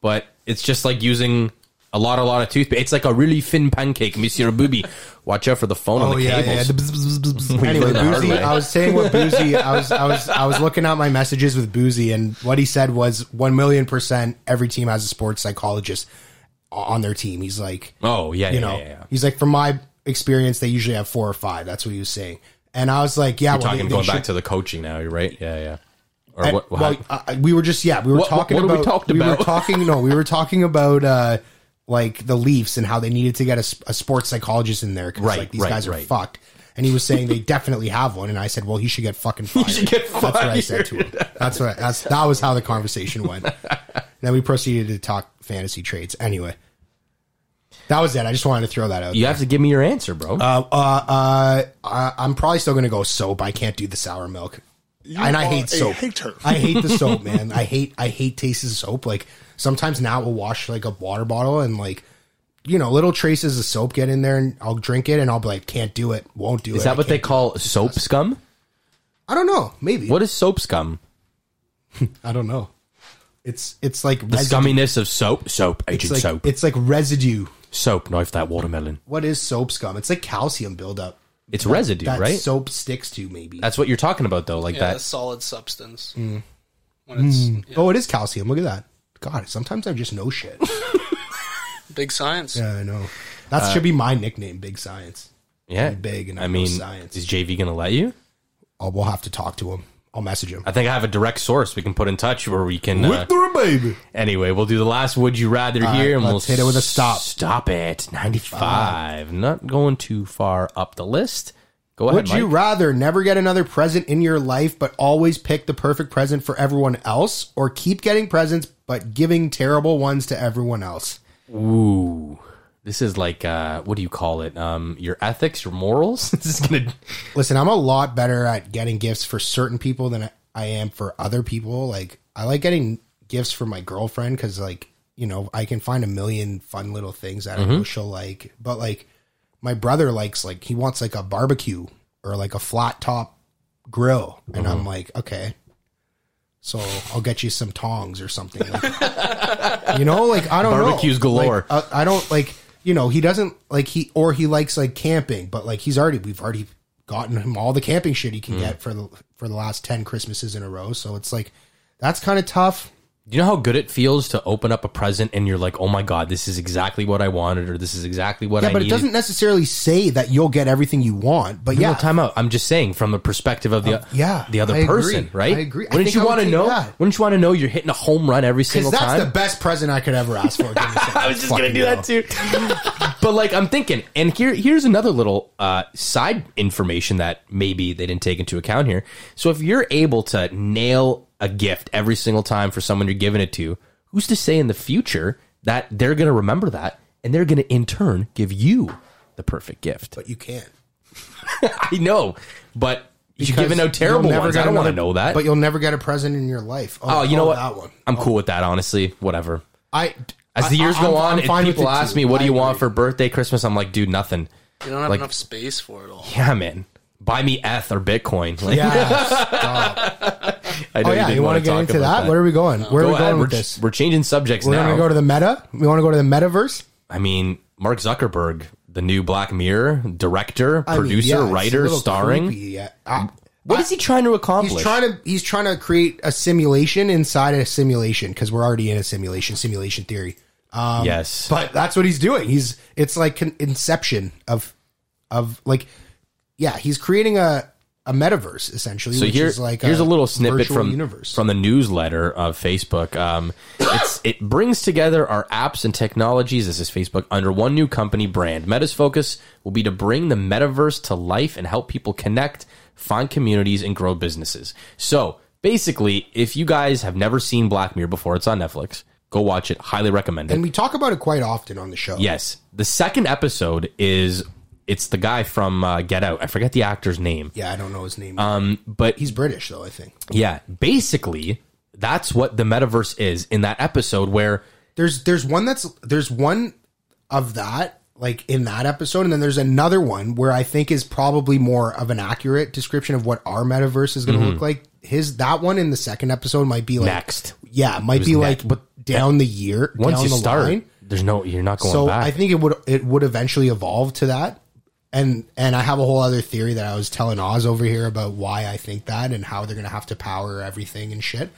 [SPEAKER 7] but it's just like using. A lot, a lot of toothpaste. It's like a really thin pancake, Monsieur Booby. Watch out for the phone
[SPEAKER 8] Oh
[SPEAKER 7] on the
[SPEAKER 8] yeah,
[SPEAKER 7] cables.
[SPEAKER 8] yeah. The bzz, bzz, bzz, bzz.
[SPEAKER 7] We
[SPEAKER 8] Anyway,
[SPEAKER 7] learned the hard
[SPEAKER 8] boozy.
[SPEAKER 7] way.
[SPEAKER 8] I was saying what boozy. I was, I was, I was looking at my messages with boozy, and what he said was one million percent. Every team has a sports psychologist on their team. He's like,
[SPEAKER 7] Oh yeah,
[SPEAKER 8] you
[SPEAKER 7] yeah,
[SPEAKER 8] know,
[SPEAKER 7] yeah, yeah.
[SPEAKER 8] he's like, from my experience, they usually have four or five. That's what he was saying. And I was like, yeah,
[SPEAKER 7] We're talking going back to the coaching now, you're right? Yeah, yeah. Or
[SPEAKER 8] I-
[SPEAKER 7] what?
[SPEAKER 8] well, uh, we were just yeah, we were
[SPEAKER 7] What- what-
[SPEAKER 8] talking
[SPEAKER 7] what did we
[SPEAKER 8] about
[SPEAKER 7] talked about?
[SPEAKER 8] were talking no, we were talking about uh like the Leafs and how they needed to get a, s- a sports psychologist in there because
[SPEAKER 7] Right,
[SPEAKER 8] like these
[SPEAKER 7] right,
[SPEAKER 8] guys are
[SPEAKER 7] right.
[SPEAKER 8] fucked. And he was saying they definitely have one, and I said, "Well, he should
[SPEAKER 7] [LAUGHS]
[SPEAKER 8] get fucking fired."
[SPEAKER 7] should get
[SPEAKER 8] That's what I said to him. That's what. I, that's that was how the conversation went. then we proceeded to talk fantasy trades. Anyway, that was it. I just wanted to throw that out.
[SPEAKER 7] you have to give me your answer, bro.
[SPEAKER 8] Uh, uh, uh, I- I'm probably still gonna go soap. I can't do the sour milk, and I
[SPEAKER 2] are
[SPEAKER 8] hate
[SPEAKER 2] a
[SPEAKER 8] soap.
[SPEAKER 2] hater.
[SPEAKER 8] I hate the
[SPEAKER 2] [LAUGHS]
[SPEAKER 8] soap, man. I hate I hate tastes of soap. Like sometimes now we'll wash like a water bottle and like you know little traces of soap get in there, and I'll drink it, and I'll be like, can't do it, won't do it.
[SPEAKER 7] is that
[SPEAKER 8] I
[SPEAKER 7] what they
[SPEAKER 8] can't do
[SPEAKER 7] call soap scum?
[SPEAKER 8] it." I don't know. Maybe
[SPEAKER 7] What is soap scum?
[SPEAKER 8] I don't know. It's it's like
[SPEAKER 7] The
[SPEAKER 8] residue.
[SPEAKER 7] scumminess of soap. Soap.
[SPEAKER 8] It's
[SPEAKER 7] Agent
[SPEAKER 8] like,
[SPEAKER 7] soap.
[SPEAKER 8] it's like residue.
[SPEAKER 7] soap. Knife that watermelon.
[SPEAKER 8] What is soap scum? It's like calcium buildup
[SPEAKER 7] It's residue,
[SPEAKER 8] that
[SPEAKER 7] right?
[SPEAKER 8] soap sticks to. Maybe.
[SPEAKER 7] That's what you're talking about, though. Like
[SPEAKER 6] yeah, a
[SPEAKER 7] that.
[SPEAKER 6] solid substance. When it's
[SPEAKER 8] oh, it is calcium. Look at that. God, sometimes I just know shit.
[SPEAKER 6] big science.
[SPEAKER 8] Yeah, I know. That should be my nickname, Big Science.
[SPEAKER 7] Yeah.
[SPEAKER 8] big and
[SPEAKER 7] I
[SPEAKER 8] I know
[SPEAKER 7] mean,
[SPEAKER 8] science.
[SPEAKER 7] is JV gonna let you?
[SPEAKER 8] I'll, Oh, we'll have to talk to him. I'll message him.
[SPEAKER 7] I think I have a direct source we can put in touch where we can. Uh,
[SPEAKER 8] the baby.
[SPEAKER 7] anyway, we'll do the last "Would you rather" here, and
[SPEAKER 8] let's
[SPEAKER 7] we'll
[SPEAKER 8] hit it with a stop.
[SPEAKER 7] Stop it. Ninety-five. Not going too far up the list. Go ahead,
[SPEAKER 8] Would you
[SPEAKER 7] Mike.
[SPEAKER 8] rather never get another present in your life, but always pick the perfect present for everyone else, or keep getting presents but giving terrible ones to everyone else?
[SPEAKER 7] Ooh. This is like uh what do you call it? Um your ethics, your morals? [LAUGHS] this is gonna
[SPEAKER 8] Listen, I'm a lot better at getting gifts for certain people than I- I am for other people. Like, I like getting gifts for my girlfriend because, like, you know, I can find a million fun little things that
[SPEAKER 7] Mm-hmm.
[SPEAKER 8] I know she'll like. But like, my brother likes like he wants like a barbecue or like a flat top grill, and I'm
[SPEAKER 7] Uh-huh.
[SPEAKER 8] like, okay, so I'll get you some tongs or something. Like, you know, like I don't
[SPEAKER 7] Barbecues
[SPEAKER 8] know. Like,
[SPEAKER 7] galore.
[SPEAKER 8] uh, I don't like you know he doesn't like he or he likes like camping, but like he's already we've already gotten him all the camping shit he can
[SPEAKER 7] Hmm.
[SPEAKER 8] get for the for the last ten Christmases in a row. So it's like that's kind of tough.
[SPEAKER 7] you know how good it feels to open up a present and you're like, oh my god, this is exactly what I wanted or this is exactly what
[SPEAKER 8] Yeah,
[SPEAKER 7] I
[SPEAKER 8] but it
[SPEAKER 7] needed.
[SPEAKER 8] doesn't necessarily say that you'll get everything you want. But
[SPEAKER 7] yeah.
[SPEAKER 8] yeah, Um,
[SPEAKER 7] No, time out. I'm just saying from the perspective of the
[SPEAKER 8] yeah,
[SPEAKER 7] the other
[SPEAKER 8] I agree.
[SPEAKER 7] person, right?
[SPEAKER 8] I agree. I
[SPEAKER 7] Wouldn't
[SPEAKER 8] think
[SPEAKER 7] you
[SPEAKER 8] I would
[SPEAKER 7] want to
[SPEAKER 8] take
[SPEAKER 7] know?
[SPEAKER 8] that.
[SPEAKER 7] Wouldn't you want to know you're hitting a home run every single
[SPEAKER 8] because that's
[SPEAKER 7] time?
[SPEAKER 8] the best present I could ever ask for.
[SPEAKER 7] [LAUGHS] I was just gonna do that too. [LAUGHS] but like I'm thinking, and here here's another little uh, side information that maybe they didn't take into account here. So if you're able to nail a gift every single time for someone you're giving it to, who's to say in the future that they're gonna remember that and they're going to in turn give you the perfect gift.
[SPEAKER 8] But you can't.
[SPEAKER 7] I know, but you're
[SPEAKER 8] Because
[SPEAKER 7] giving out terrible
[SPEAKER 8] you'll never
[SPEAKER 7] ones.
[SPEAKER 8] get
[SPEAKER 7] I don't want to
[SPEAKER 8] another-
[SPEAKER 7] know that.
[SPEAKER 8] But you'll never get a present in your life.
[SPEAKER 7] oh, you know
[SPEAKER 8] oh,
[SPEAKER 7] what?
[SPEAKER 8] That one.
[SPEAKER 7] I'm cool with that, honestly. Whatever.
[SPEAKER 8] I
[SPEAKER 7] As the
[SPEAKER 8] I-
[SPEAKER 7] years
[SPEAKER 8] I'm-
[SPEAKER 7] go
[SPEAKER 8] I'm
[SPEAKER 7] on,
[SPEAKER 8] fine
[SPEAKER 7] if
[SPEAKER 8] with
[SPEAKER 7] people
[SPEAKER 8] it,
[SPEAKER 7] ask
[SPEAKER 8] too.
[SPEAKER 7] me, what do
[SPEAKER 8] I
[SPEAKER 7] you want
[SPEAKER 8] agree.
[SPEAKER 7] for birthday, Christmas? I'm like, dude, nothing.
[SPEAKER 6] You don't have
[SPEAKER 7] Like-
[SPEAKER 6] enough space for it all.
[SPEAKER 7] Yeah, man. Buy me ETH or Bitcoin. [LAUGHS] Like,
[SPEAKER 8] Yeah.
[SPEAKER 7] [LAUGHS]
[SPEAKER 8] stop.
[SPEAKER 7] I know
[SPEAKER 8] oh yeah,
[SPEAKER 7] didn't
[SPEAKER 8] you want
[SPEAKER 7] wanna
[SPEAKER 8] to get
[SPEAKER 7] talk
[SPEAKER 8] into
[SPEAKER 7] about
[SPEAKER 8] that? Where are we going? Where
[SPEAKER 7] Go
[SPEAKER 8] are we
[SPEAKER 7] ahead.
[SPEAKER 8] going
[SPEAKER 7] We're,
[SPEAKER 8] with this?
[SPEAKER 7] ch- we're changing subjects
[SPEAKER 8] We're
[SPEAKER 7] now.
[SPEAKER 8] gonna go to the meta. We want to go to the metaverse.
[SPEAKER 7] I mean, Mark Zuckerberg, the new Black Mirror director,
[SPEAKER 8] I mean,
[SPEAKER 7] producer,
[SPEAKER 8] yeah, it's a
[SPEAKER 7] writer,
[SPEAKER 8] little
[SPEAKER 7] starring.
[SPEAKER 8] creepy, yeah. I-
[SPEAKER 7] What is he trying to accomplish?
[SPEAKER 8] he's trying to he's trying to create a simulation inside a simulation because we're already in a simulation. Simulation theory.
[SPEAKER 7] yes,
[SPEAKER 8] but that's what he's doing. He's it's like an inception of of like yeah, he's creating a a metaverse essentially.
[SPEAKER 7] So
[SPEAKER 8] which
[SPEAKER 7] here,
[SPEAKER 8] is like
[SPEAKER 7] here's a, little snippet
[SPEAKER 8] virtual
[SPEAKER 7] from
[SPEAKER 8] universe.
[SPEAKER 7] from the newsletter of Facebook. Um, it's, it brings together our apps and technologies. This is Facebook under one new company brand. Meta's focus will be to bring the metaverse to life and help people connect, find communities, and grow businesses. So basically, if you guys have never seen Black Mirror before, it's on Netflix. Go watch it. Highly recommend it.
[SPEAKER 8] and we talk about it quite often on the show.
[SPEAKER 7] Yes. The second episode is it's the guy from uh, Get Out. I forget the actor's name,
[SPEAKER 8] yeah, I don't know his name,
[SPEAKER 7] Um, but
[SPEAKER 8] he's British though. I think
[SPEAKER 7] yeah, basically that's what the metaverse is in that episode where
[SPEAKER 8] there's there's one that's there's one of that like in that episode, and then there's another one where I think is probably more of an accurate description of what our metaverse is going
[SPEAKER 7] Mm-hmm.
[SPEAKER 8] to look like. His that one in the second episode might be like
[SPEAKER 7] next
[SPEAKER 8] Yeah, it might be
[SPEAKER 7] neck-
[SPEAKER 8] like down the year
[SPEAKER 7] once
[SPEAKER 8] down
[SPEAKER 7] you
[SPEAKER 8] the
[SPEAKER 7] start
[SPEAKER 8] line.
[SPEAKER 7] there's no you're not going
[SPEAKER 8] So
[SPEAKER 7] back.
[SPEAKER 8] I think it would it would eventually evolve to that. And and I have a whole other theory that I was telling Oz over here about why I think that and how they're gonna have to power everything and shit.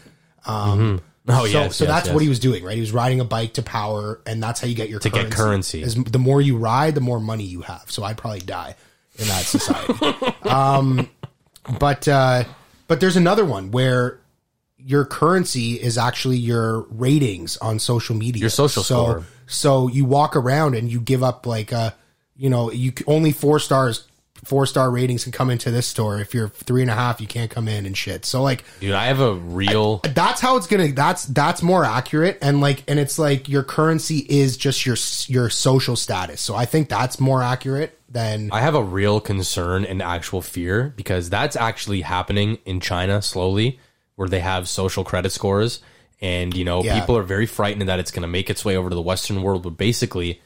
[SPEAKER 7] oh
[SPEAKER 8] so
[SPEAKER 7] yeah.
[SPEAKER 8] so that's what he was doing, right? He was riding a bike to power, and that's how you get your to
[SPEAKER 7] get currency.
[SPEAKER 8] Is the more you ride, the more money you have. So I'd probably die in that society.
[SPEAKER 7] [LAUGHS]
[SPEAKER 8] um, but uh, but there's another one where your currency is actually your ratings on social media, your
[SPEAKER 7] social
[SPEAKER 8] so,
[SPEAKER 7] score.
[SPEAKER 8] So you walk around and you give up like uh, you know, you c- only four stars. Four star ratings can come into this store. If you're three and a half, you can't come in and shit. So like,
[SPEAKER 7] Dude, I have a real
[SPEAKER 8] that's how it's gonna that's that's more accurate and like and it's like your currency is just your your social status so i think that's more accurate than
[SPEAKER 7] I have a real concern and actual fear because that's actually happening in China slowly, where they have social credit scores. And, you know,
[SPEAKER 8] Yeah.
[SPEAKER 7] people are very frightened that it's going to make its way over to the Western world. But basically,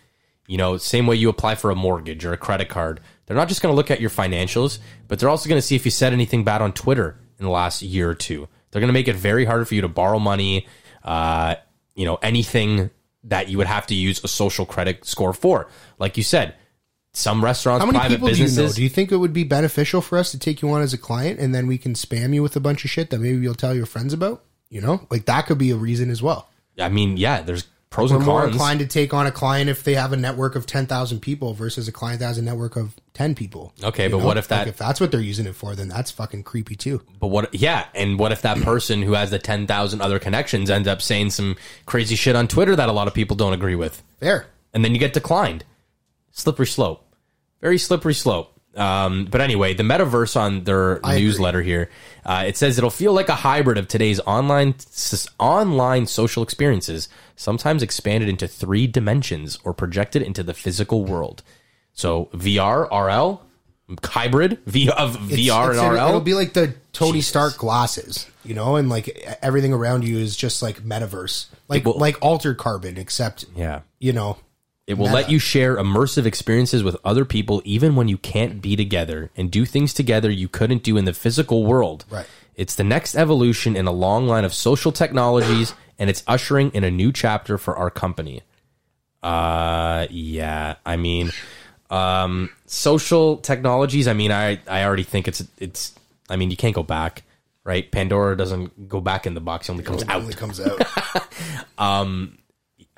[SPEAKER 7] you know, same way you apply for a mortgage or a credit card, they're not just going to look at your financials, but they're also going to see if you said anything bad on Twitter in the last year or two. They're going to make it very hard for you to borrow money, uh, you know, anything that you would have to use a social credit score for. Like you said, some restaurants,
[SPEAKER 8] how many
[SPEAKER 7] private
[SPEAKER 8] people
[SPEAKER 7] businesses.
[SPEAKER 8] do you know do you think it would be beneficial for us to take you on as a client and then we can spam you with a bunch of shit that maybe you'll tell your friends about you know like that could be a reason as well
[SPEAKER 7] I mean, yeah, there's pros
[SPEAKER 8] we're
[SPEAKER 7] and
[SPEAKER 8] more
[SPEAKER 7] cons.
[SPEAKER 8] inclined to take on a client if they have a network of 10,000 people versus a client that has a network of 10 people.
[SPEAKER 7] Okay,
[SPEAKER 8] You
[SPEAKER 7] but what if that-
[SPEAKER 8] Like, if that's what they're using it for, then that's fucking creepy too.
[SPEAKER 7] but what? Yeah, and what if that person who has the ten thousand other connections ends up saying some crazy shit on Twitter that a lot of people don't agree with,
[SPEAKER 8] Fair.
[SPEAKER 7] and then you get declined? Slippery slope, very slippery slope. Um, but anyway, the metaverse on their
[SPEAKER 8] agree.
[SPEAKER 7] newsletter here, uh, it says it'll feel like a hybrid of today's online s- online social experiences, sometimes expanded into three dimensions or projected into the physical world. So VR, RL, hybrid v- of
[SPEAKER 8] It's-
[SPEAKER 7] VR
[SPEAKER 8] it's-
[SPEAKER 7] and
[SPEAKER 8] it'll-
[SPEAKER 7] RL.
[SPEAKER 8] It'll be like the Tony Stark glasses, you know, and like e, everything around you is just like metaverse, like
[SPEAKER 7] It will-
[SPEAKER 8] like altered carbon, except
[SPEAKER 7] yeah.
[SPEAKER 8] you know,
[SPEAKER 7] It will let you share immersive experiences with other people even when you can't be together and do things together you couldn't do in the physical world.
[SPEAKER 8] Right.
[SPEAKER 7] It's the next evolution in a long line of social technologies and it's ushering in a new chapter for our company. Uh yeah, I mean um social technologies, I mean I I already think it's it's I mean you can't go back, right? Pandora doesn't go back in the box, it only comes
[SPEAKER 8] it
[SPEAKER 7] out.
[SPEAKER 8] only comes out.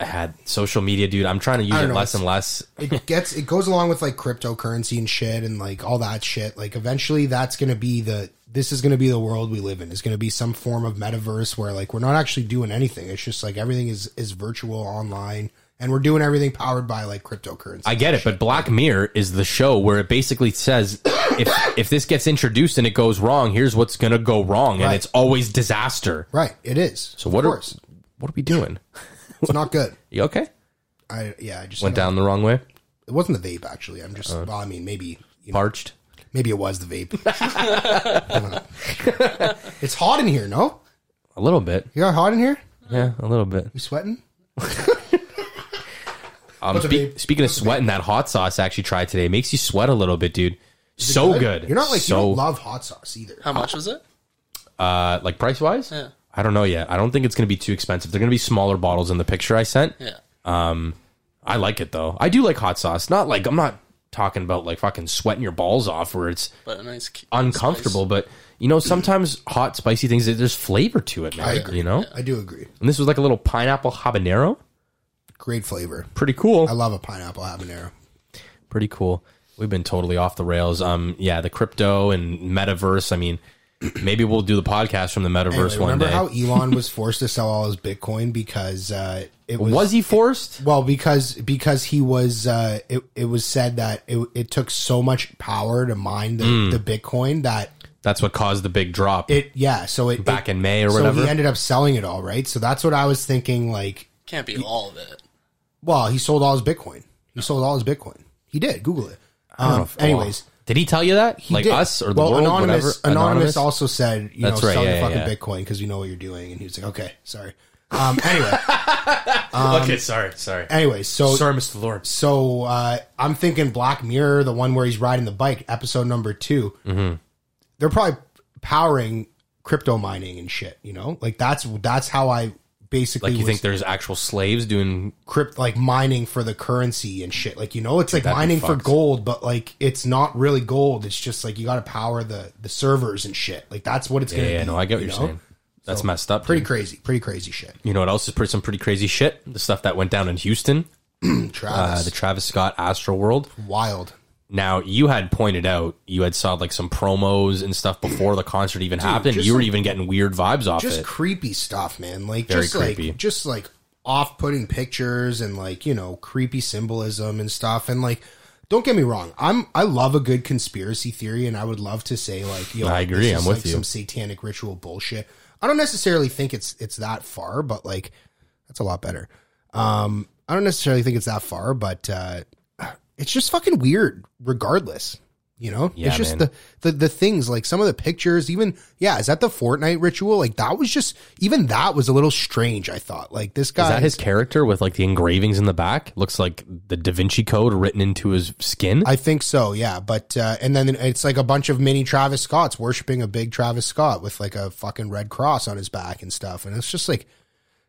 [SPEAKER 7] I had social media, dude. I'm trying to use
[SPEAKER 8] I
[SPEAKER 7] it
[SPEAKER 8] don't know,
[SPEAKER 7] less and less. [LAUGHS]
[SPEAKER 8] it gets it goes along with like cryptocurrency and shit and like all that shit. Like eventually, that's gonna be the this is gonna be the world we live in. It's gonna be some form of metaverse where like we're not actually doing anything. It's just like everything is is virtual online, and we're doing everything powered by like cryptocurrency.
[SPEAKER 7] I get it, but Black Mirror is the show where it basically says [COUGHS] if if this gets introduced and it goes wrong, here's what's gonna go wrong, and
[SPEAKER 8] Right.
[SPEAKER 7] it's always disaster.
[SPEAKER 8] right, it is.
[SPEAKER 7] So what
[SPEAKER 8] Of
[SPEAKER 7] are
[SPEAKER 8] course,
[SPEAKER 7] what are we doing?
[SPEAKER 8] it's not good.
[SPEAKER 7] You okay?
[SPEAKER 8] I yeah, I just
[SPEAKER 7] Went
[SPEAKER 8] know-
[SPEAKER 7] down the wrong way.
[SPEAKER 8] It wasn't the vape actually. I'm
[SPEAKER 7] Uh.
[SPEAKER 8] just. well, I mean, maybe you know,
[SPEAKER 7] Parched.
[SPEAKER 8] maybe it was the vape. [LAUGHS] I don't know. it's hot in here. No,
[SPEAKER 7] A little bit.
[SPEAKER 8] you got hot in here.
[SPEAKER 7] Yeah, a little bit.
[SPEAKER 8] You sweating?
[SPEAKER 7] Um,
[SPEAKER 8] a
[SPEAKER 7] spe-
[SPEAKER 8] vape.
[SPEAKER 7] speaking of sweating, that hot sauce I actually tried today It makes you sweat a little bit, dude. So good?
[SPEAKER 8] You're not like you
[SPEAKER 7] so
[SPEAKER 8] don't love hot sauce either.
[SPEAKER 6] How much was it?
[SPEAKER 7] uh, like price wise.
[SPEAKER 6] Yeah.
[SPEAKER 7] I don't know yet. I don't think it's going to be too expensive. They're going to be smaller bottles in the picture I sent.
[SPEAKER 6] Yeah.
[SPEAKER 7] I like it though. I do like hot sauce. Not like I'm not talking about like fucking sweating your balls off where it's
[SPEAKER 6] But a nice cu-
[SPEAKER 7] uncomfortable, but you know sometimes hot spicy things there's flavor to it, man.
[SPEAKER 8] I agree.
[SPEAKER 7] You know,
[SPEAKER 8] I do agree.
[SPEAKER 7] and this was like a little pineapple habanero.
[SPEAKER 8] Great flavor.
[SPEAKER 7] Pretty cool.
[SPEAKER 8] I love a pineapple habanero.
[SPEAKER 7] pretty cool. We've been totally off the rails. Um, yeah, the crypto and metaverse. I mean, [CLEARS THROAT] maybe we'll do the podcast from the metaverse
[SPEAKER 8] Anyway,
[SPEAKER 7] one
[SPEAKER 8] remember
[SPEAKER 7] day. [LAUGHS]
[SPEAKER 8] how Elon was forced to sell all his Bitcoin because uh, it was,
[SPEAKER 7] was, he forced?
[SPEAKER 8] [LAUGHS] well because because he was uh, it it was said that it, it took so much power to mine the,
[SPEAKER 7] Mm.
[SPEAKER 8] the Bitcoin that
[SPEAKER 7] That's what caused the big drop.
[SPEAKER 8] it yeah so it
[SPEAKER 7] Back
[SPEAKER 8] it-
[SPEAKER 7] in May or
[SPEAKER 8] so
[SPEAKER 7] whatever?
[SPEAKER 8] he ended up selling it all right so that's what I was thinking like
[SPEAKER 6] Can't be all of it.
[SPEAKER 8] well he sold all his Bitcoin he sold all his Bitcoin he did Google it
[SPEAKER 7] I don't know
[SPEAKER 8] um,
[SPEAKER 7] if- oh.
[SPEAKER 8] anyways
[SPEAKER 7] did he tell you that?
[SPEAKER 8] He
[SPEAKER 7] like
[SPEAKER 8] did.
[SPEAKER 7] us or the
[SPEAKER 8] well,
[SPEAKER 7] world?
[SPEAKER 8] anonymous,
[SPEAKER 7] whatever?
[SPEAKER 8] anonymous. also said, you
[SPEAKER 7] That's
[SPEAKER 8] know,
[SPEAKER 7] right,
[SPEAKER 8] sell
[SPEAKER 7] yeah,
[SPEAKER 8] your
[SPEAKER 7] yeah,
[SPEAKER 8] fucking
[SPEAKER 7] yeah.
[SPEAKER 8] Bitcoin because we know what you're doing. And he was like, okay, sorry. Um, anyway,
[SPEAKER 7] [LAUGHS] okay, sorry, sorry,
[SPEAKER 8] anyway, so
[SPEAKER 7] sorry, Mr. Lawrence.
[SPEAKER 8] so uh, I'm thinking Black Mirror, the one where he's riding the bike, episode number 2 Mm-hmm. They're probably powering crypto mining and shit. You know, like that's that's how I basically
[SPEAKER 7] Like you
[SPEAKER 8] was
[SPEAKER 7] think there's actual slaves doing?
[SPEAKER 8] crypt like mining for the currency and shit. Like you know, it's like
[SPEAKER 7] that'd be
[SPEAKER 8] mining for
[SPEAKER 7] fucked.
[SPEAKER 8] gold, but like it's not really gold. It's just like you got to power the the servers and shit. Like that's what it's
[SPEAKER 7] Yeah,
[SPEAKER 8] gonna
[SPEAKER 7] yeah,
[SPEAKER 8] be.
[SPEAKER 7] no, I get what
[SPEAKER 8] you
[SPEAKER 7] you're
[SPEAKER 8] know?
[SPEAKER 7] saying. That's messed up.
[SPEAKER 8] Pretty
[SPEAKER 7] dude.
[SPEAKER 8] crazy, pretty crazy shit.
[SPEAKER 7] you know what else is pretty, some pretty crazy shit? The stuff that went down in Houston, uh,
[SPEAKER 8] Travis,
[SPEAKER 7] the Travis Scott Astro World.
[SPEAKER 8] wild.
[SPEAKER 7] Now you had pointed out you had saw like some promos and stuff before the concert even happened.
[SPEAKER 8] just
[SPEAKER 7] You were
[SPEAKER 8] like-
[SPEAKER 7] even getting weird vibes off
[SPEAKER 8] just
[SPEAKER 7] it.
[SPEAKER 8] creepy stuff, man. Like
[SPEAKER 7] Very
[SPEAKER 8] just
[SPEAKER 7] creepy.
[SPEAKER 8] like just like off-putting pictures and like you know creepy symbolism and stuff. And like, don't get me wrong, I'm I love a good conspiracy theory, and I would love to say like, yo,
[SPEAKER 7] I agree,
[SPEAKER 8] this is,
[SPEAKER 7] I'm with
[SPEAKER 8] like,
[SPEAKER 7] you.
[SPEAKER 8] Some satanic ritual bullshit. I don't necessarily think it's it's that far, but like that's a lot better. Um, I don't necessarily think it's that far, but uh, it's just fucking weird, regardless. You know,
[SPEAKER 7] Yeah,
[SPEAKER 8] it's
[SPEAKER 7] man.
[SPEAKER 8] just the, the the things like some of the pictures. Even yeah, is that the Fortnite ritual? Like that was just even that was a little strange. I thought like this guy
[SPEAKER 7] Is that his character with like the engravings in the back? Looks like the Da Vinci Code written into his skin.
[SPEAKER 8] I think so, yeah. But uh, and then it's like a bunch of mini Travis Scotts worshiping a big Travis Scott with like a fucking red cross on his back and stuff. And it's just like,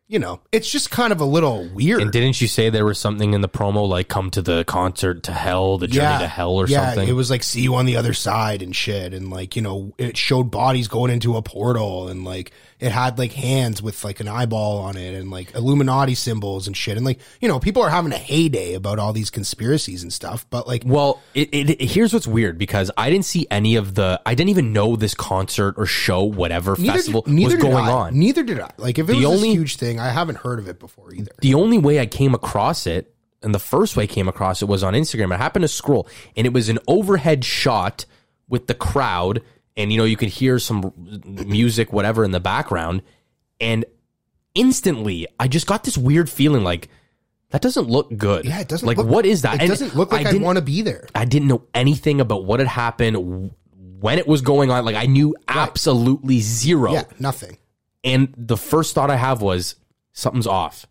[SPEAKER 8] you know, it's just kind of a little weird.
[SPEAKER 7] and didn't you say there was something in the promo like "Come to the concert to hell, the journey to hell" or
[SPEAKER 8] yeah,
[SPEAKER 7] something?
[SPEAKER 8] It was like see you on the other side and shit, and like you know, it showed bodies going into a portal, and like it had like hands with like an eyeball on it, and like Illuminati symbols and shit, and like you know, people are having a heyday about all these conspiracies and stuff, but like
[SPEAKER 7] Well, it, it, it- here's what's weird because I didn't see any of the. I didn't even know this concert or show, whatever festival
[SPEAKER 8] did, neither
[SPEAKER 7] was going
[SPEAKER 8] did I,
[SPEAKER 7] on.
[SPEAKER 8] Neither did I. Like if it
[SPEAKER 7] The
[SPEAKER 8] was
[SPEAKER 7] only-
[SPEAKER 8] this huge thing, I haven't heard of it before either.
[SPEAKER 7] the only way I came across it, and the first way I came across it was on Instagram. I happened to scroll, and it was an overhead shot with the crowd, and you know you could hear some music, whatever, in the background, and instantly I just got this weird feeling like that doesn't look good.
[SPEAKER 8] Yeah, it doesn't
[SPEAKER 7] like
[SPEAKER 8] look,
[SPEAKER 7] what is that?
[SPEAKER 8] It
[SPEAKER 7] And
[SPEAKER 8] doesn't look like I
[SPEAKER 7] didn't-
[SPEAKER 8] want to be there.
[SPEAKER 7] I didn't know anything about what had happened, w- when it was going on. Like I knew absolutely zero.
[SPEAKER 8] Yeah, nothing.
[SPEAKER 7] And the first thought I have was something's off.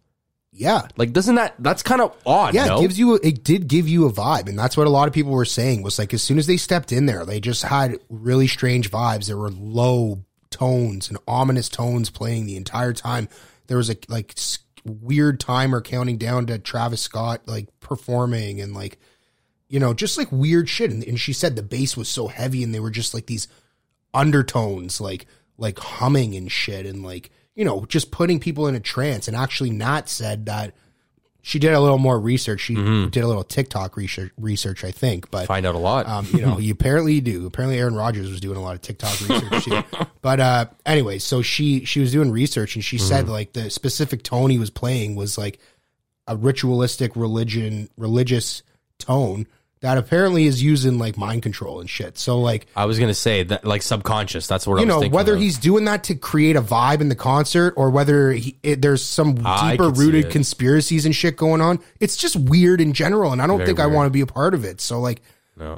[SPEAKER 8] Yeah.
[SPEAKER 7] Like, doesn't that that's kind of odd?
[SPEAKER 8] Yeah,
[SPEAKER 7] no?
[SPEAKER 8] it gives you. It did give you a vibe, and that's what a lot of people were saying. Was like as soon as they stepped in there, they just had really strange vibes. There were low tones and ominous tones playing the entire time. There was a like s- weird timer counting down to Travis Scott like performing and like you know just like weird shit. And, and she said the bass was so heavy, and they were just like these undertones, like like humming and shit, and like you know just putting people in a trance. And actually, Nat said that she did a little more research. She did a little TikTok research, research I think. But
[SPEAKER 7] find out a lot.
[SPEAKER 8] um, you know, you apparently you do. Apparently, Aaron Rodgers was doing a lot of TikTok research. too. But uh, anyway, so she she was doing research and she said like the specific tone he was playing was like a ritualistic religion religious tone that apparently is using like mind control and shit. So like
[SPEAKER 7] I was gonna say that like subconscious. That's what I
[SPEAKER 8] you
[SPEAKER 7] was
[SPEAKER 8] know
[SPEAKER 7] thinking
[SPEAKER 8] whether
[SPEAKER 7] of.
[SPEAKER 8] he's doing that to create a vibe in the concert or whether he, it, there's some
[SPEAKER 7] I
[SPEAKER 8] deeper
[SPEAKER 7] could see
[SPEAKER 8] rooted
[SPEAKER 7] it.
[SPEAKER 8] conspiracies and shit going on it's just weird in general and i don't
[SPEAKER 7] Very
[SPEAKER 8] think i
[SPEAKER 7] weird.
[SPEAKER 8] want to be a part of it so like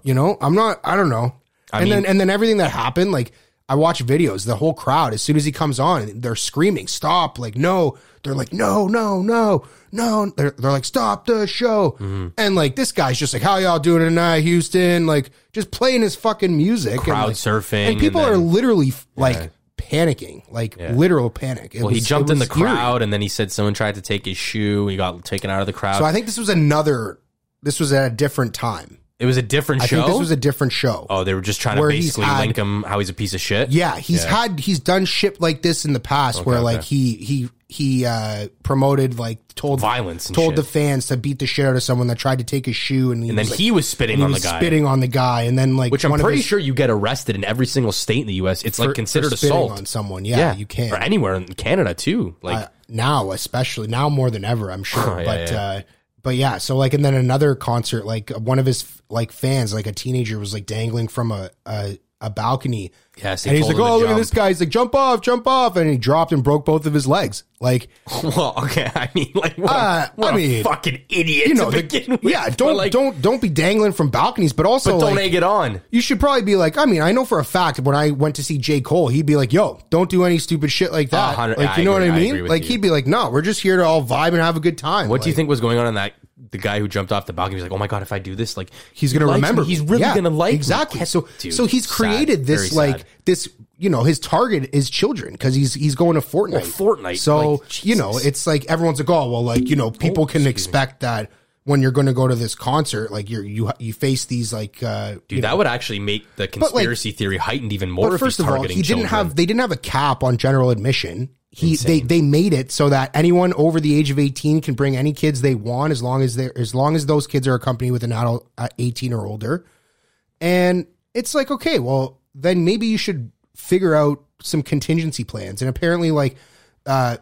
[SPEAKER 8] you know i'm not i don't know and
[SPEAKER 7] mean-
[SPEAKER 8] then and then everything that happened like i watch videos the whole crowd as soon as he comes on they're screaming stop like no they're like no no no no they're, they're like stop the show
[SPEAKER 7] Mm-hmm.
[SPEAKER 8] and like this guy's just like how y'all doing tonight houston like just playing his fucking music
[SPEAKER 7] Crowd
[SPEAKER 8] like-
[SPEAKER 7] surfing
[SPEAKER 8] and
[SPEAKER 7] and
[SPEAKER 8] people
[SPEAKER 7] then-
[SPEAKER 8] are literally f like panicking, like literal panic. It
[SPEAKER 7] Well, he
[SPEAKER 8] was-
[SPEAKER 7] jumped
[SPEAKER 8] it
[SPEAKER 7] in the
[SPEAKER 8] was eerie.
[SPEAKER 7] crowd, and then he said someone tried to take his shoe. He got taken out of the crowd.
[SPEAKER 8] So I think this was another. This was at a different time.
[SPEAKER 7] it was a different
[SPEAKER 8] I
[SPEAKER 7] show.
[SPEAKER 8] think this was a different show.
[SPEAKER 7] oh, they were just trying to
[SPEAKER 8] where he's
[SPEAKER 7] basically
[SPEAKER 8] had-
[SPEAKER 7] link him how he's a piece of shit.
[SPEAKER 8] Yeah, he's had he's done shit like this in the past, where
[SPEAKER 7] okay.
[SPEAKER 8] like he he he uh promoted like told
[SPEAKER 7] Violence and
[SPEAKER 8] told
[SPEAKER 7] shit.
[SPEAKER 8] the fans to beat the shit out of someone that tried to take his shoe, and,
[SPEAKER 7] and then
[SPEAKER 8] like-
[SPEAKER 7] he was spitting
[SPEAKER 8] and he
[SPEAKER 7] on
[SPEAKER 8] was
[SPEAKER 7] the guy,
[SPEAKER 8] spitting on the guy, and then like
[SPEAKER 7] which I'm
[SPEAKER 8] one of
[SPEAKER 7] pretty
[SPEAKER 8] his-
[SPEAKER 7] sure you get arrested in every single state in the U.S. It's
[SPEAKER 8] for-
[SPEAKER 7] like
[SPEAKER 8] for
[SPEAKER 7] considered
[SPEAKER 8] spitting
[SPEAKER 7] assault.
[SPEAKER 8] on someone. Yeah, you can
[SPEAKER 7] or anywhere in Canada too. Like
[SPEAKER 8] uh, now especially now more than ever i'm
[SPEAKER 7] [LAUGHS]
[SPEAKER 8] sure
[SPEAKER 7] Yeah,
[SPEAKER 8] but
[SPEAKER 7] yeah.
[SPEAKER 8] uh but yeah so like and then another concert like one of his like fans like a teenager was like dangling from a a, a balcony
[SPEAKER 7] Yes, they
[SPEAKER 8] and he's
[SPEAKER 7] told
[SPEAKER 8] like
[SPEAKER 7] him to
[SPEAKER 8] oh look at
[SPEAKER 7] jump."
[SPEAKER 8] this guy he's like jump off jump off and he dropped and broke both of his legs like
[SPEAKER 7] [LAUGHS] Well, okay. I mean, like, what,
[SPEAKER 8] Uh,
[SPEAKER 7] a, what a
[SPEAKER 8] I mean,
[SPEAKER 7] fucking idiot
[SPEAKER 8] you know
[SPEAKER 7] [LAUGHS] to
[SPEAKER 8] the-
[SPEAKER 7] begin with.
[SPEAKER 8] yeah
[SPEAKER 7] but,
[SPEAKER 8] don't
[SPEAKER 7] like,
[SPEAKER 8] don't don't be dangling from balconies but also
[SPEAKER 7] but don't
[SPEAKER 8] like,
[SPEAKER 7] egg it on.
[SPEAKER 8] you should probably be like, I mean, I know for a fact when I went to see J. Cole, he'd be like, yo, don't do any stupid shit like that.
[SPEAKER 7] A hundred-
[SPEAKER 8] like, you
[SPEAKER 7] I
[SPEAKER 8] know
[SPEAKER 7] agree-
[SPEAKER 8] what
[SPEAKER 7] I
[SPEAKER 8] I mean?
[SPEAKER 7] agree with
[SPEAKER 8] like,
[SPEAKER 7] you.
[SPEAKER 8] he'd be like, no, we're just here to all vibe and have a good time.
[SPEAKER 7] What do you
[SPEAKER 8] Like,
[SPEAKER 7] think was going on in that? The guy who jumped off the balcony was like, "Oh my god, if I do this, like
[SPEAKER 8] he's
[SPEAKER 7] he
[SPEAKER 8] gonna
[SPEAKER 7] likes me.
[SPEAKER 8] remember.
[SPEAKER 7] He's really
[SPEAKER 8] Yeah,
[SPEAKER 7] gonna like me."
[SPEAKER 8] exactly. So
[SPEAKER 7] Dude,
[SPEAKER 8] so he's
[SPEAKER 7] sad.
[SPEAKER 8] created
[SPEAKER 7] Very
[SPEAKER 8] this
[SPEAKER 7] sad.
[SPEAKER 8] like this. You know, his target is children because he's he's going to Fortnite.
[SPEAKER 7] Fortnite,
[SPEAKER 8] So
[SPEAKER 7] like,
[SPEAKER 8] you know,
[SPEAKER 7] Jesus.
[SPEAKER 8] it's like everyone's like, oh well, like you know, people can expect that when you're going to go to this concert, like you're you you face these like uh,
[SPEAKER 7] Dude, that would actually make the
[SPEAKER 8] like-
[SPEAKER 7] conspiracy theory heightened even more.
[SPEAKER 8] But
[SPEAKER 7] if
[SPEAKER 8] first
[SPEAKER 7] he's
[SPEAKER 8] of all,
[SPEAKER 7] targeting
[SPEAKER 8] he didn't
[SPEAKER 7] children.
[SPEAKER 8] have they didn't have a cap on general admission. He they, they made it so that anyone over the age of eighteen can bring any kids they want as long as they are as long as those kids are accompanied with an adult uh, eighteen or older. And it's like okay, well then maybe you should figure out some contingency plans. And apparently, like uh,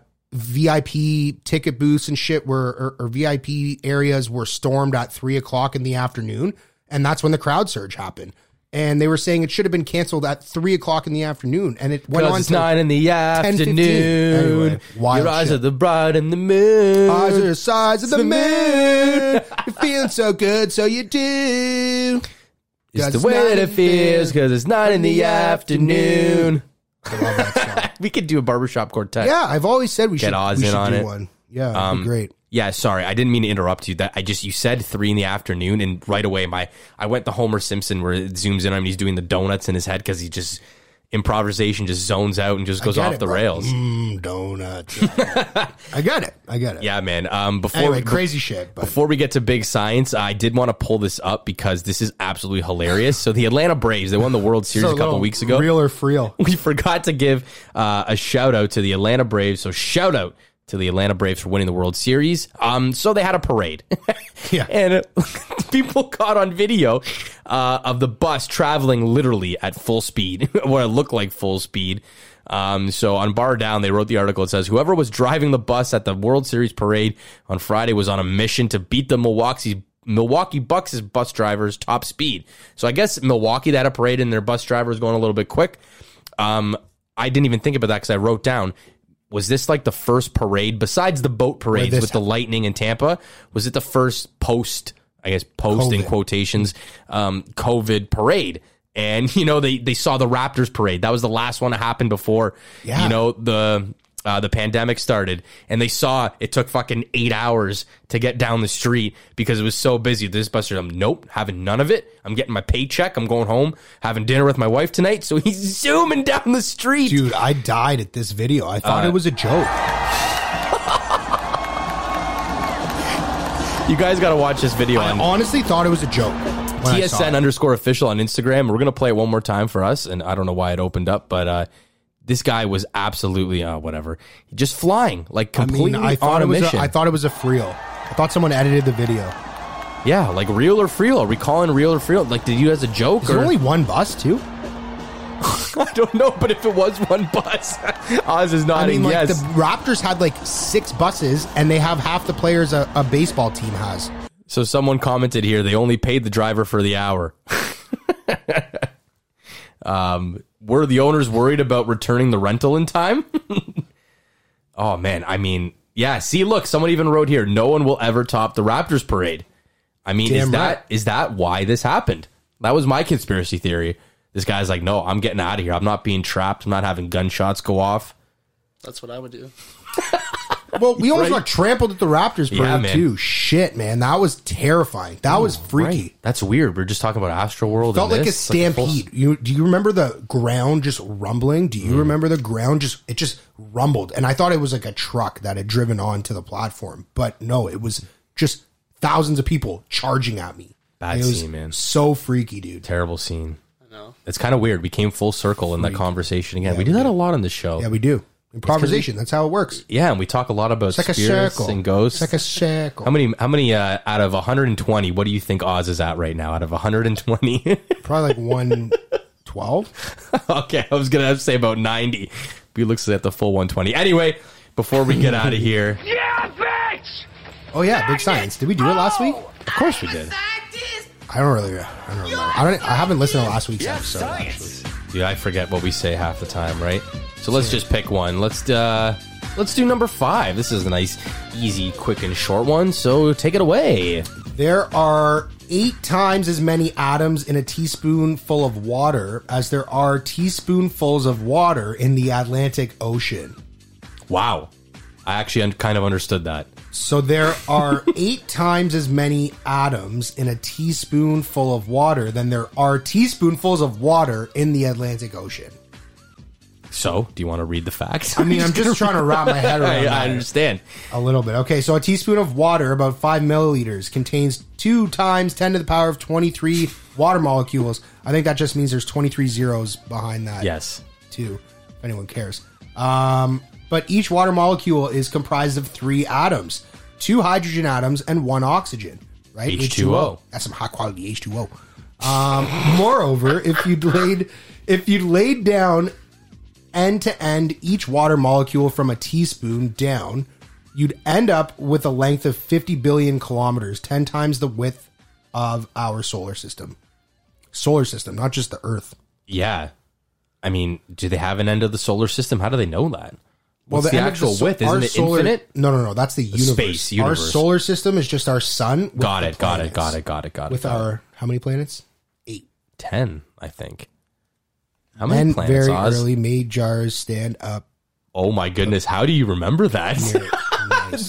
[SPEAKER 8] VIP ticket booths and shit were or, or VIP areas were stormed at three o'clock in the afternoon, and that's when the crowd surge happened. And they were saying it should have been canceled at three o'clock in the afternoon, and it went
[SPEAKER 7] 'Cause
[SPEAKER 8] on
[SPEAKER 7] it's
[SPEAKER 8] to
[SPEAKER 7] nine in the afternoon.
[SPEAKER 8] 10:15. Anyway, wild
[SPEAKER 7] Your eyes
[SPEAKER 8] shit.
[SPEAKER 7] are the bright and the moon.
[SPEAKER 8] eyes are the size of the moon. You're feeling so good, so you do.
[SPEAKER 7] it's
[SPEAKER 8] 'Cause
[SPEAKER 7] the
[SPEAKER 8] it's
[SPEAKER 7] way
[SPEAKER 8] nine
[SPEAKER 7] that it
[SPEAKER 8] in the-
[SPEAKER 7] feels because it's nine in the afternoon.
[SPEAKER 8] I love that song.
[SPEAKER 7] [LAUGHS] We could do a barbershop quartet.
[SPEAKER 8] yeah, I've always said we should
[SPEAKER 7] Oz
[SPEAKER 8] we
[SPEAKER 7] in
[SPEAKER 8] should
[SPEAKER 7] on
[SPEAKER 8] do
[SPEAKER 7] it. Um,
[SPEAKER 8] one. Yeah, that'd be great.
[SPEAKER 7] Yeah, sorry, I didn't mean to interrupt you. That I just you said three in the afternoon, and right away my I went to Homer Simpson where it zooms in on him. and He's doing the donuts in his head because he just improvisation just zones out and just goes
[SPEAKER 8] get
[SPEAKER 7] off
[SPEAKER 8] it,
[SPEAKER 7] the
[SPEAKER 8] bro.
[SPEAKER 7] rails.
[SPEAKER 8] Mm, donuts.
[SPEAKER 7] [LAUGHS]
[SPEAKER 8] I got it. I got it.
[SPEAKER 7] Yeah, man. Um, before
[SPEAKER 8] Anyway, crazy shit. But
[SPEAKER 7] Before we get to big science, I did want to pull this up because this is absolutely hilarious. So the Atlanta Braves, they won the World Series a couple
[SPEAKER 8] no,
[SPEAKER 7] weeks ago.
[SPEAKER 8] Real or
[SPEAKER 7] [LAUGHS]
[SPEAKER 8] friel?
[SPEAKER 7] we forgot to give uh, a shout out to the Atlanta Braves. So shout out to the Atlanta Braves for winning the World Series. Um, so they had a parade. [LAUGHS]
[SPEAKER 8] Yeah.
[SPEAKER 7] and [LAUGHS] uh, people caught on video uh, of the bus traveling literally at full speed, [LAUGHS] what it looked like full speed. Um, so on Bar Down, they wrote the article. It says whoever was driving the bus at the World Series parade on Friday was on a mission to beat the Milwaukee's Milwaukee Bucks' bus drivers top speed. So I guess Milwaukee they had a parade and their bus driver was going a little bit quick. Um, I didn't even think about that because I wrote down. Was this like the first parade besides the boat parades
[SPEAKER 8] this
[SPEAKER 7] with the lightning in Tampa? Was it the first post, I guess, post in
[SPEAKER 8] COVID.
[SPEAKER 7] quotations, um, COVID parade? And [LAUGHS] you know they they saw the Raptors parade. That was the last one that happened before
[SPEAKER 8] Yeah.
[SPEAKER 7] you know the uh, the pandemic started, and they saw it took fucking eight hours to get down the street because it was so busy. This buster, I'm nope, having none of it. I'm getting my paycheck. I'm going home, having dinner with my wife tonight. So [LAUGHS] he's zooming down the street.
[SPEAKER 8] Dude, I died at this video. I
[SPEAKER 7] Uh,
[SPEAKER 8] thought it was a joke.
[SPEAKER 7] You guys got to watch this video
[SPEAKER 8] I
[SPEAKER 7] on
[SPEAKER 8] honestly thought it was a joke. when I saw
[SPEAKER 7] TSN
[SPEAKER 8] it.
[SPEAKER 7] underscore official on Instagram. We're gonna play it one more time for us, and I don't know why it opened up, but uh, this guy was absolutely uh, whatever, just flying like
[SPEAKER 8] I mean,
[SPEAKER 7] completely
[SPEAKER 8] I
[SPEAKER 7] on
[SPEAKER 8] thought
[SPEAKER 7] a
[SPEAKER 8] it was.
[SPEAKER 7] mission.
[SPEAKER 8] A, I thought it was a friel. I thought someone edited the video.
[SPEAKER 7] yeah, like real or freel. Are we calling real or freel? Like, did you as a joke?
[SPEAKER 8] Is there
[SPEAKER 7] or?
[SPEAKER 8] only one bus too?
[SPEAKER 7] [LAUGHS] I don't know, but if it was one bus, [LAUGHS] Oz is
[SPEAKER 8] I
[SPEAKER 7] nodding
[SPEAKER 8] mean, like
[SPEAKER 7] yes.
[SPEAKER 8] the Raptors had like six buses, and they have half the players a, a baseball team has.
[SPEAKER 7] So someone commented here, they only paid the driver for the hour. [LAUGHS] um, were the owners worried about returning the rental in time? [LAUGHS] oh man, I mean, yeah. See, look, someone even wrote here, no one will ever top the Raptors parade. I mean, is
[SPEAKER 8] Damn
[SPEAKER 7] that
[SPEAKER 8] right.
[SPEAKER 7] is that why this happened? That was my conspiracy theory. This guy's like, no, I'm getting out of here. I'm not being trapped. I'm not having gunshots go off.
[SPEAKER 6] That's what I would do.
[SPEAKER 8] Well, we almost got trampled at the Raptors
[SPEAKER 7] Yeah,
[SPEAKER 8] parade
[SPEAKER 7] man.
[SPEAKER 8] too. Shit, man, that was terrifying. That was freaky.
[SPEAKER 7] That's weird. We are just talking about Astro World. and
[SPEAKER 8] Felt like a
[SPEAKER 7] this. It's like full-
[SPEAKER 8] stampede. you do you remember the ground just rumbling? Do
[SPEAKER 7] Hmm.
[SPEAKER 8] you remember the ground just it just rumbled? And I thought it was like a truck that had driven onto the platform, but no, it was just thousands of people charging at me.
[SPEAKER 7] Bad
[SPEAKER 8] it was
[SPEAKER 7] scene, man.
[SPEAKER 8] So freaky, dude.
[SPEAKER 7] terrible scene.
[SPEAKER 6] I know.
[SPEAKER 7] It's kind of weird. We came full circle in that conversation again. we do that a lot on the show.
[SPEAKER 8] Yeah, we do improvisation. that's how it works.
[SPEAKER 7] Yeah, and we talk a lot about
[SPEAKER 8] It's like a
[SPEAKER 7] spirits
[SPEAKER 8] circle
[SPEAKER 7] and ghosts.
[SPEAKER 8] It's like a circle.
[SPEAKER 7] how many? How many uh, out of 120? What do you think Oz is at right now? Out of 120?
[SPEAKER 8] Probably like one twelve.
[SPEAKER 7] [LAUGHS] okay, I was gonna have to say about 90. But he looks at the full 120. Anyway, before we get
[SPEAKER 8] [LAUGHS]
[SPEAKER 7] out of here,
[SPEAKER 2] Yeah, bitch!
[SPEAKER 8] Oh yeah, big science. Did we do it last week?
[SPEAKER 7] of course we did.
[SPEAKER 8] I don't really. I don't remember. I don't. I haven't listened to last week's episode. Actually.
[SPEAKER 7] Dude, I forget what we say half the time, right? So let's just pick one. Let's uh, let's do number five. This is a nice, easy, quick, and short one. So take it away.
[SPEAKER 8] There are eight times as many atoms in a teaspoonful of water as there are teaspoonfuls of water in the Atlantic Ocean.
[SPEAKER 7] Wow. I actually un- kind of understood that.
[SPEAKER 8] So there
[SPEAKER 7] [LAUGHS]
[SPEAKER 8] are eight times as many atoms in a teaspoonful of water than there are teaspoonfuls of water in the Atlantic Ocean.
[SPEAKER 7] So, do you want to read the facts? [LAUGHS]
[SPEAKER 8] I mean, I'm just trying to wrap my head around
[SPEAKER 7] I, I
[SPEAKER 8] that.
[SPEAKER 7] understand.
[SPEAKER 8] A little bit. Okay, so a teaspoon of water, about five milliliters, contains two times 10 to the power of 23 water molecules. I think that just means there's 23 zeros behind that,
[SPEAKER 7] Yes.
[SPEAKER 8] too, if anyone cares. Um, but each water molecule is comprised of three atoms two hydrogen atoms and one oxygen, right?
[SPEAKER 7] H2O.
[SPEAKER 8] That's some high quality H2O. Um, moreover, if you'd laid if you laid down end to end each water molecule from a teaspoon down, you'd end up with a length of 50 billion kilometers, 10 times the width of our solar system. Solar system, not just the Earth.
[SPEAKER 7] Yeah. I mean, do they have an end of the solar system? How do they know that? What's the,
[SPEAKER 8] end of
[SPEAKER 7] actual
[SPEAKER 8] so-
[SPEAKER 7] width?
[SPEAKER 8] our
[SPEAKER 7] Isn't it
[SPEAKER 8] solar,
[SPEAKER 7] infinite?
[SPEAKER 8] No, no, no. That's the, universe.
[SPEAKER 7] space,
[SPEAKER 8] Our
[SPEAKER 7] universe.
[SPEAKER 8] solar system is just our sun. with
[SPEAKER 7] Got
[SPEAKER 8] the
[SPEAKER 7] it, got it,
[SPEAKER 8] planets.
[SPEAKER 7] got it, got it, got it.
[SPEAKER 8] With
[SPEAKER 7] got it.
[SPEAKER 8] our how many planets?
[SPEAKER 7] 10, I think. How many
[SPEAKER 8] And
[SPEAKER 7] planets,
[SPEAKER 8] very
[SPEAKER 7] Oz?
[SPEAKER 8] early made jars stand up.
[SPEAKER 7] Oh my goodness, how do you remember that?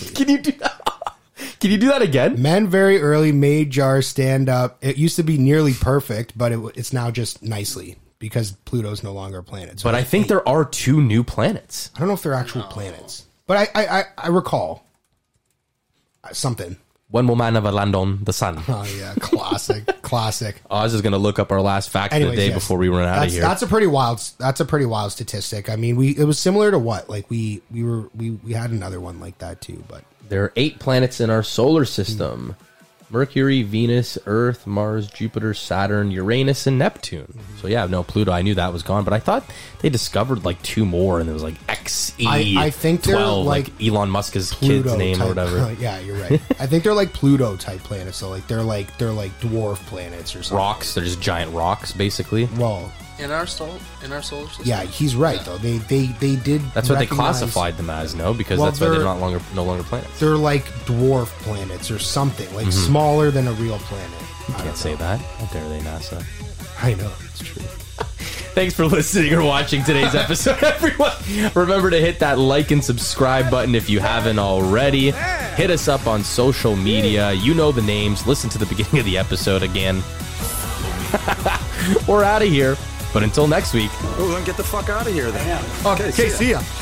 [SPEAKER 7] [LAUGHS] Can you do that? Can you do that again?
[SPEAKER 8] Men very early made jars stand up. It used to be nearly perfect, but it, w- it's now just nicely because Pluto's no longer a planet. So
[SPEAKER 7] But I think there are two new planets.
[SPEAKER 8] I don't know if they're actual planets, but I I, I, I recall uh, something.
[SPEAKER 7] One more man of a land on the
[SPEAKER 8] [LAUGHS]
[SPEAKER 7] sun.
[SPEAKER 8] Oh yeah, classic, [LAUGHS] classic.
[SPEAKER 7] Oz is going to look up our last fact of
[SPEAKER 8] Anyways,
[SPEAKER 7] the day
[SPEAKER 8] yes.
[SPEAKER 7] before we run out of
[SPEAKER 8] That's,
[SPEAKER 7] here.
[SPEAKER 8] that's a pretty wild. That's a pretty wild statistic. I mean, we it was similar to what like we we were we we had another one like that too, but
[SPEAKER 7] There are eight planets in our
[SPEAKER 8] Hmm.
[SPEAKER 7] solar system Mercury, Venus, Earth, Mars, Jupiter, Saturn, Uranus, and Neptune.
[SPEAKER 8] Hmm.
[SPEAKER 7] So, yeah, no, Pluto, I knew that was gone, but I thought they discovered like two more, and it was like XE.
[SPEAKER 8] I- I think they're,
[SPEAKER 7] 12,
[SPEAKER 8] like,
[SPEAKER 7] Elon Musk's kid's name
[SPEAKER 8] type,
[SPEAKER 7] or whatever.
[SPEAKER 8] [LAUGHS] yeah, you're
[SPEAKER 7] [LAUGHS]
[SPEAKER 8] right. I think they're like Pluto type planets. So like they're like they're like dwarf planets or something.
[SPEAKER 7] Rocks, they're just giant rocks, basically.
[SPEAKER 8] Well,
[SPEAKER 6] In our sol, in our solar system.
[SPEAKER 8] yeah, he's right though. They they they did.
[SPEAKER 7] That's what they
[SPEAKER 8] recognize-
[SPEAKER 7] classified them as, no? Because
[SPEAKER 8] Well,
[SPEAKER 7] that's why they're
[SPEAKER 8] they're-
[SPEAKER 7] not longer, no longer planets.
[SPEAKER 8] They're like dwarf planets or something, like smaller than a real planet. I
[SPEAKER 7] Mm-hmm. Can't
[SPEAKER 8] don't
[SPEAKER 7] say
[SPEAKER 8] know.
[SPEAKER 7] that. How dare they, NASA?
[SPEAKER 8] I know it's true.
[SPEAKER 7] Thanks for listening or watching [LAUGHS] today's episode, everyone. Remember to hit that like and subscribe button if you haven't already. Hit us up on social media. You know the names. Listen to the beginning of the episode again. [LAUGHS] We're out of here. But until next week,
[SPEAKER 5] Well, then get the fuck out of here then.
[SPEAKER 8] Okay, see ya.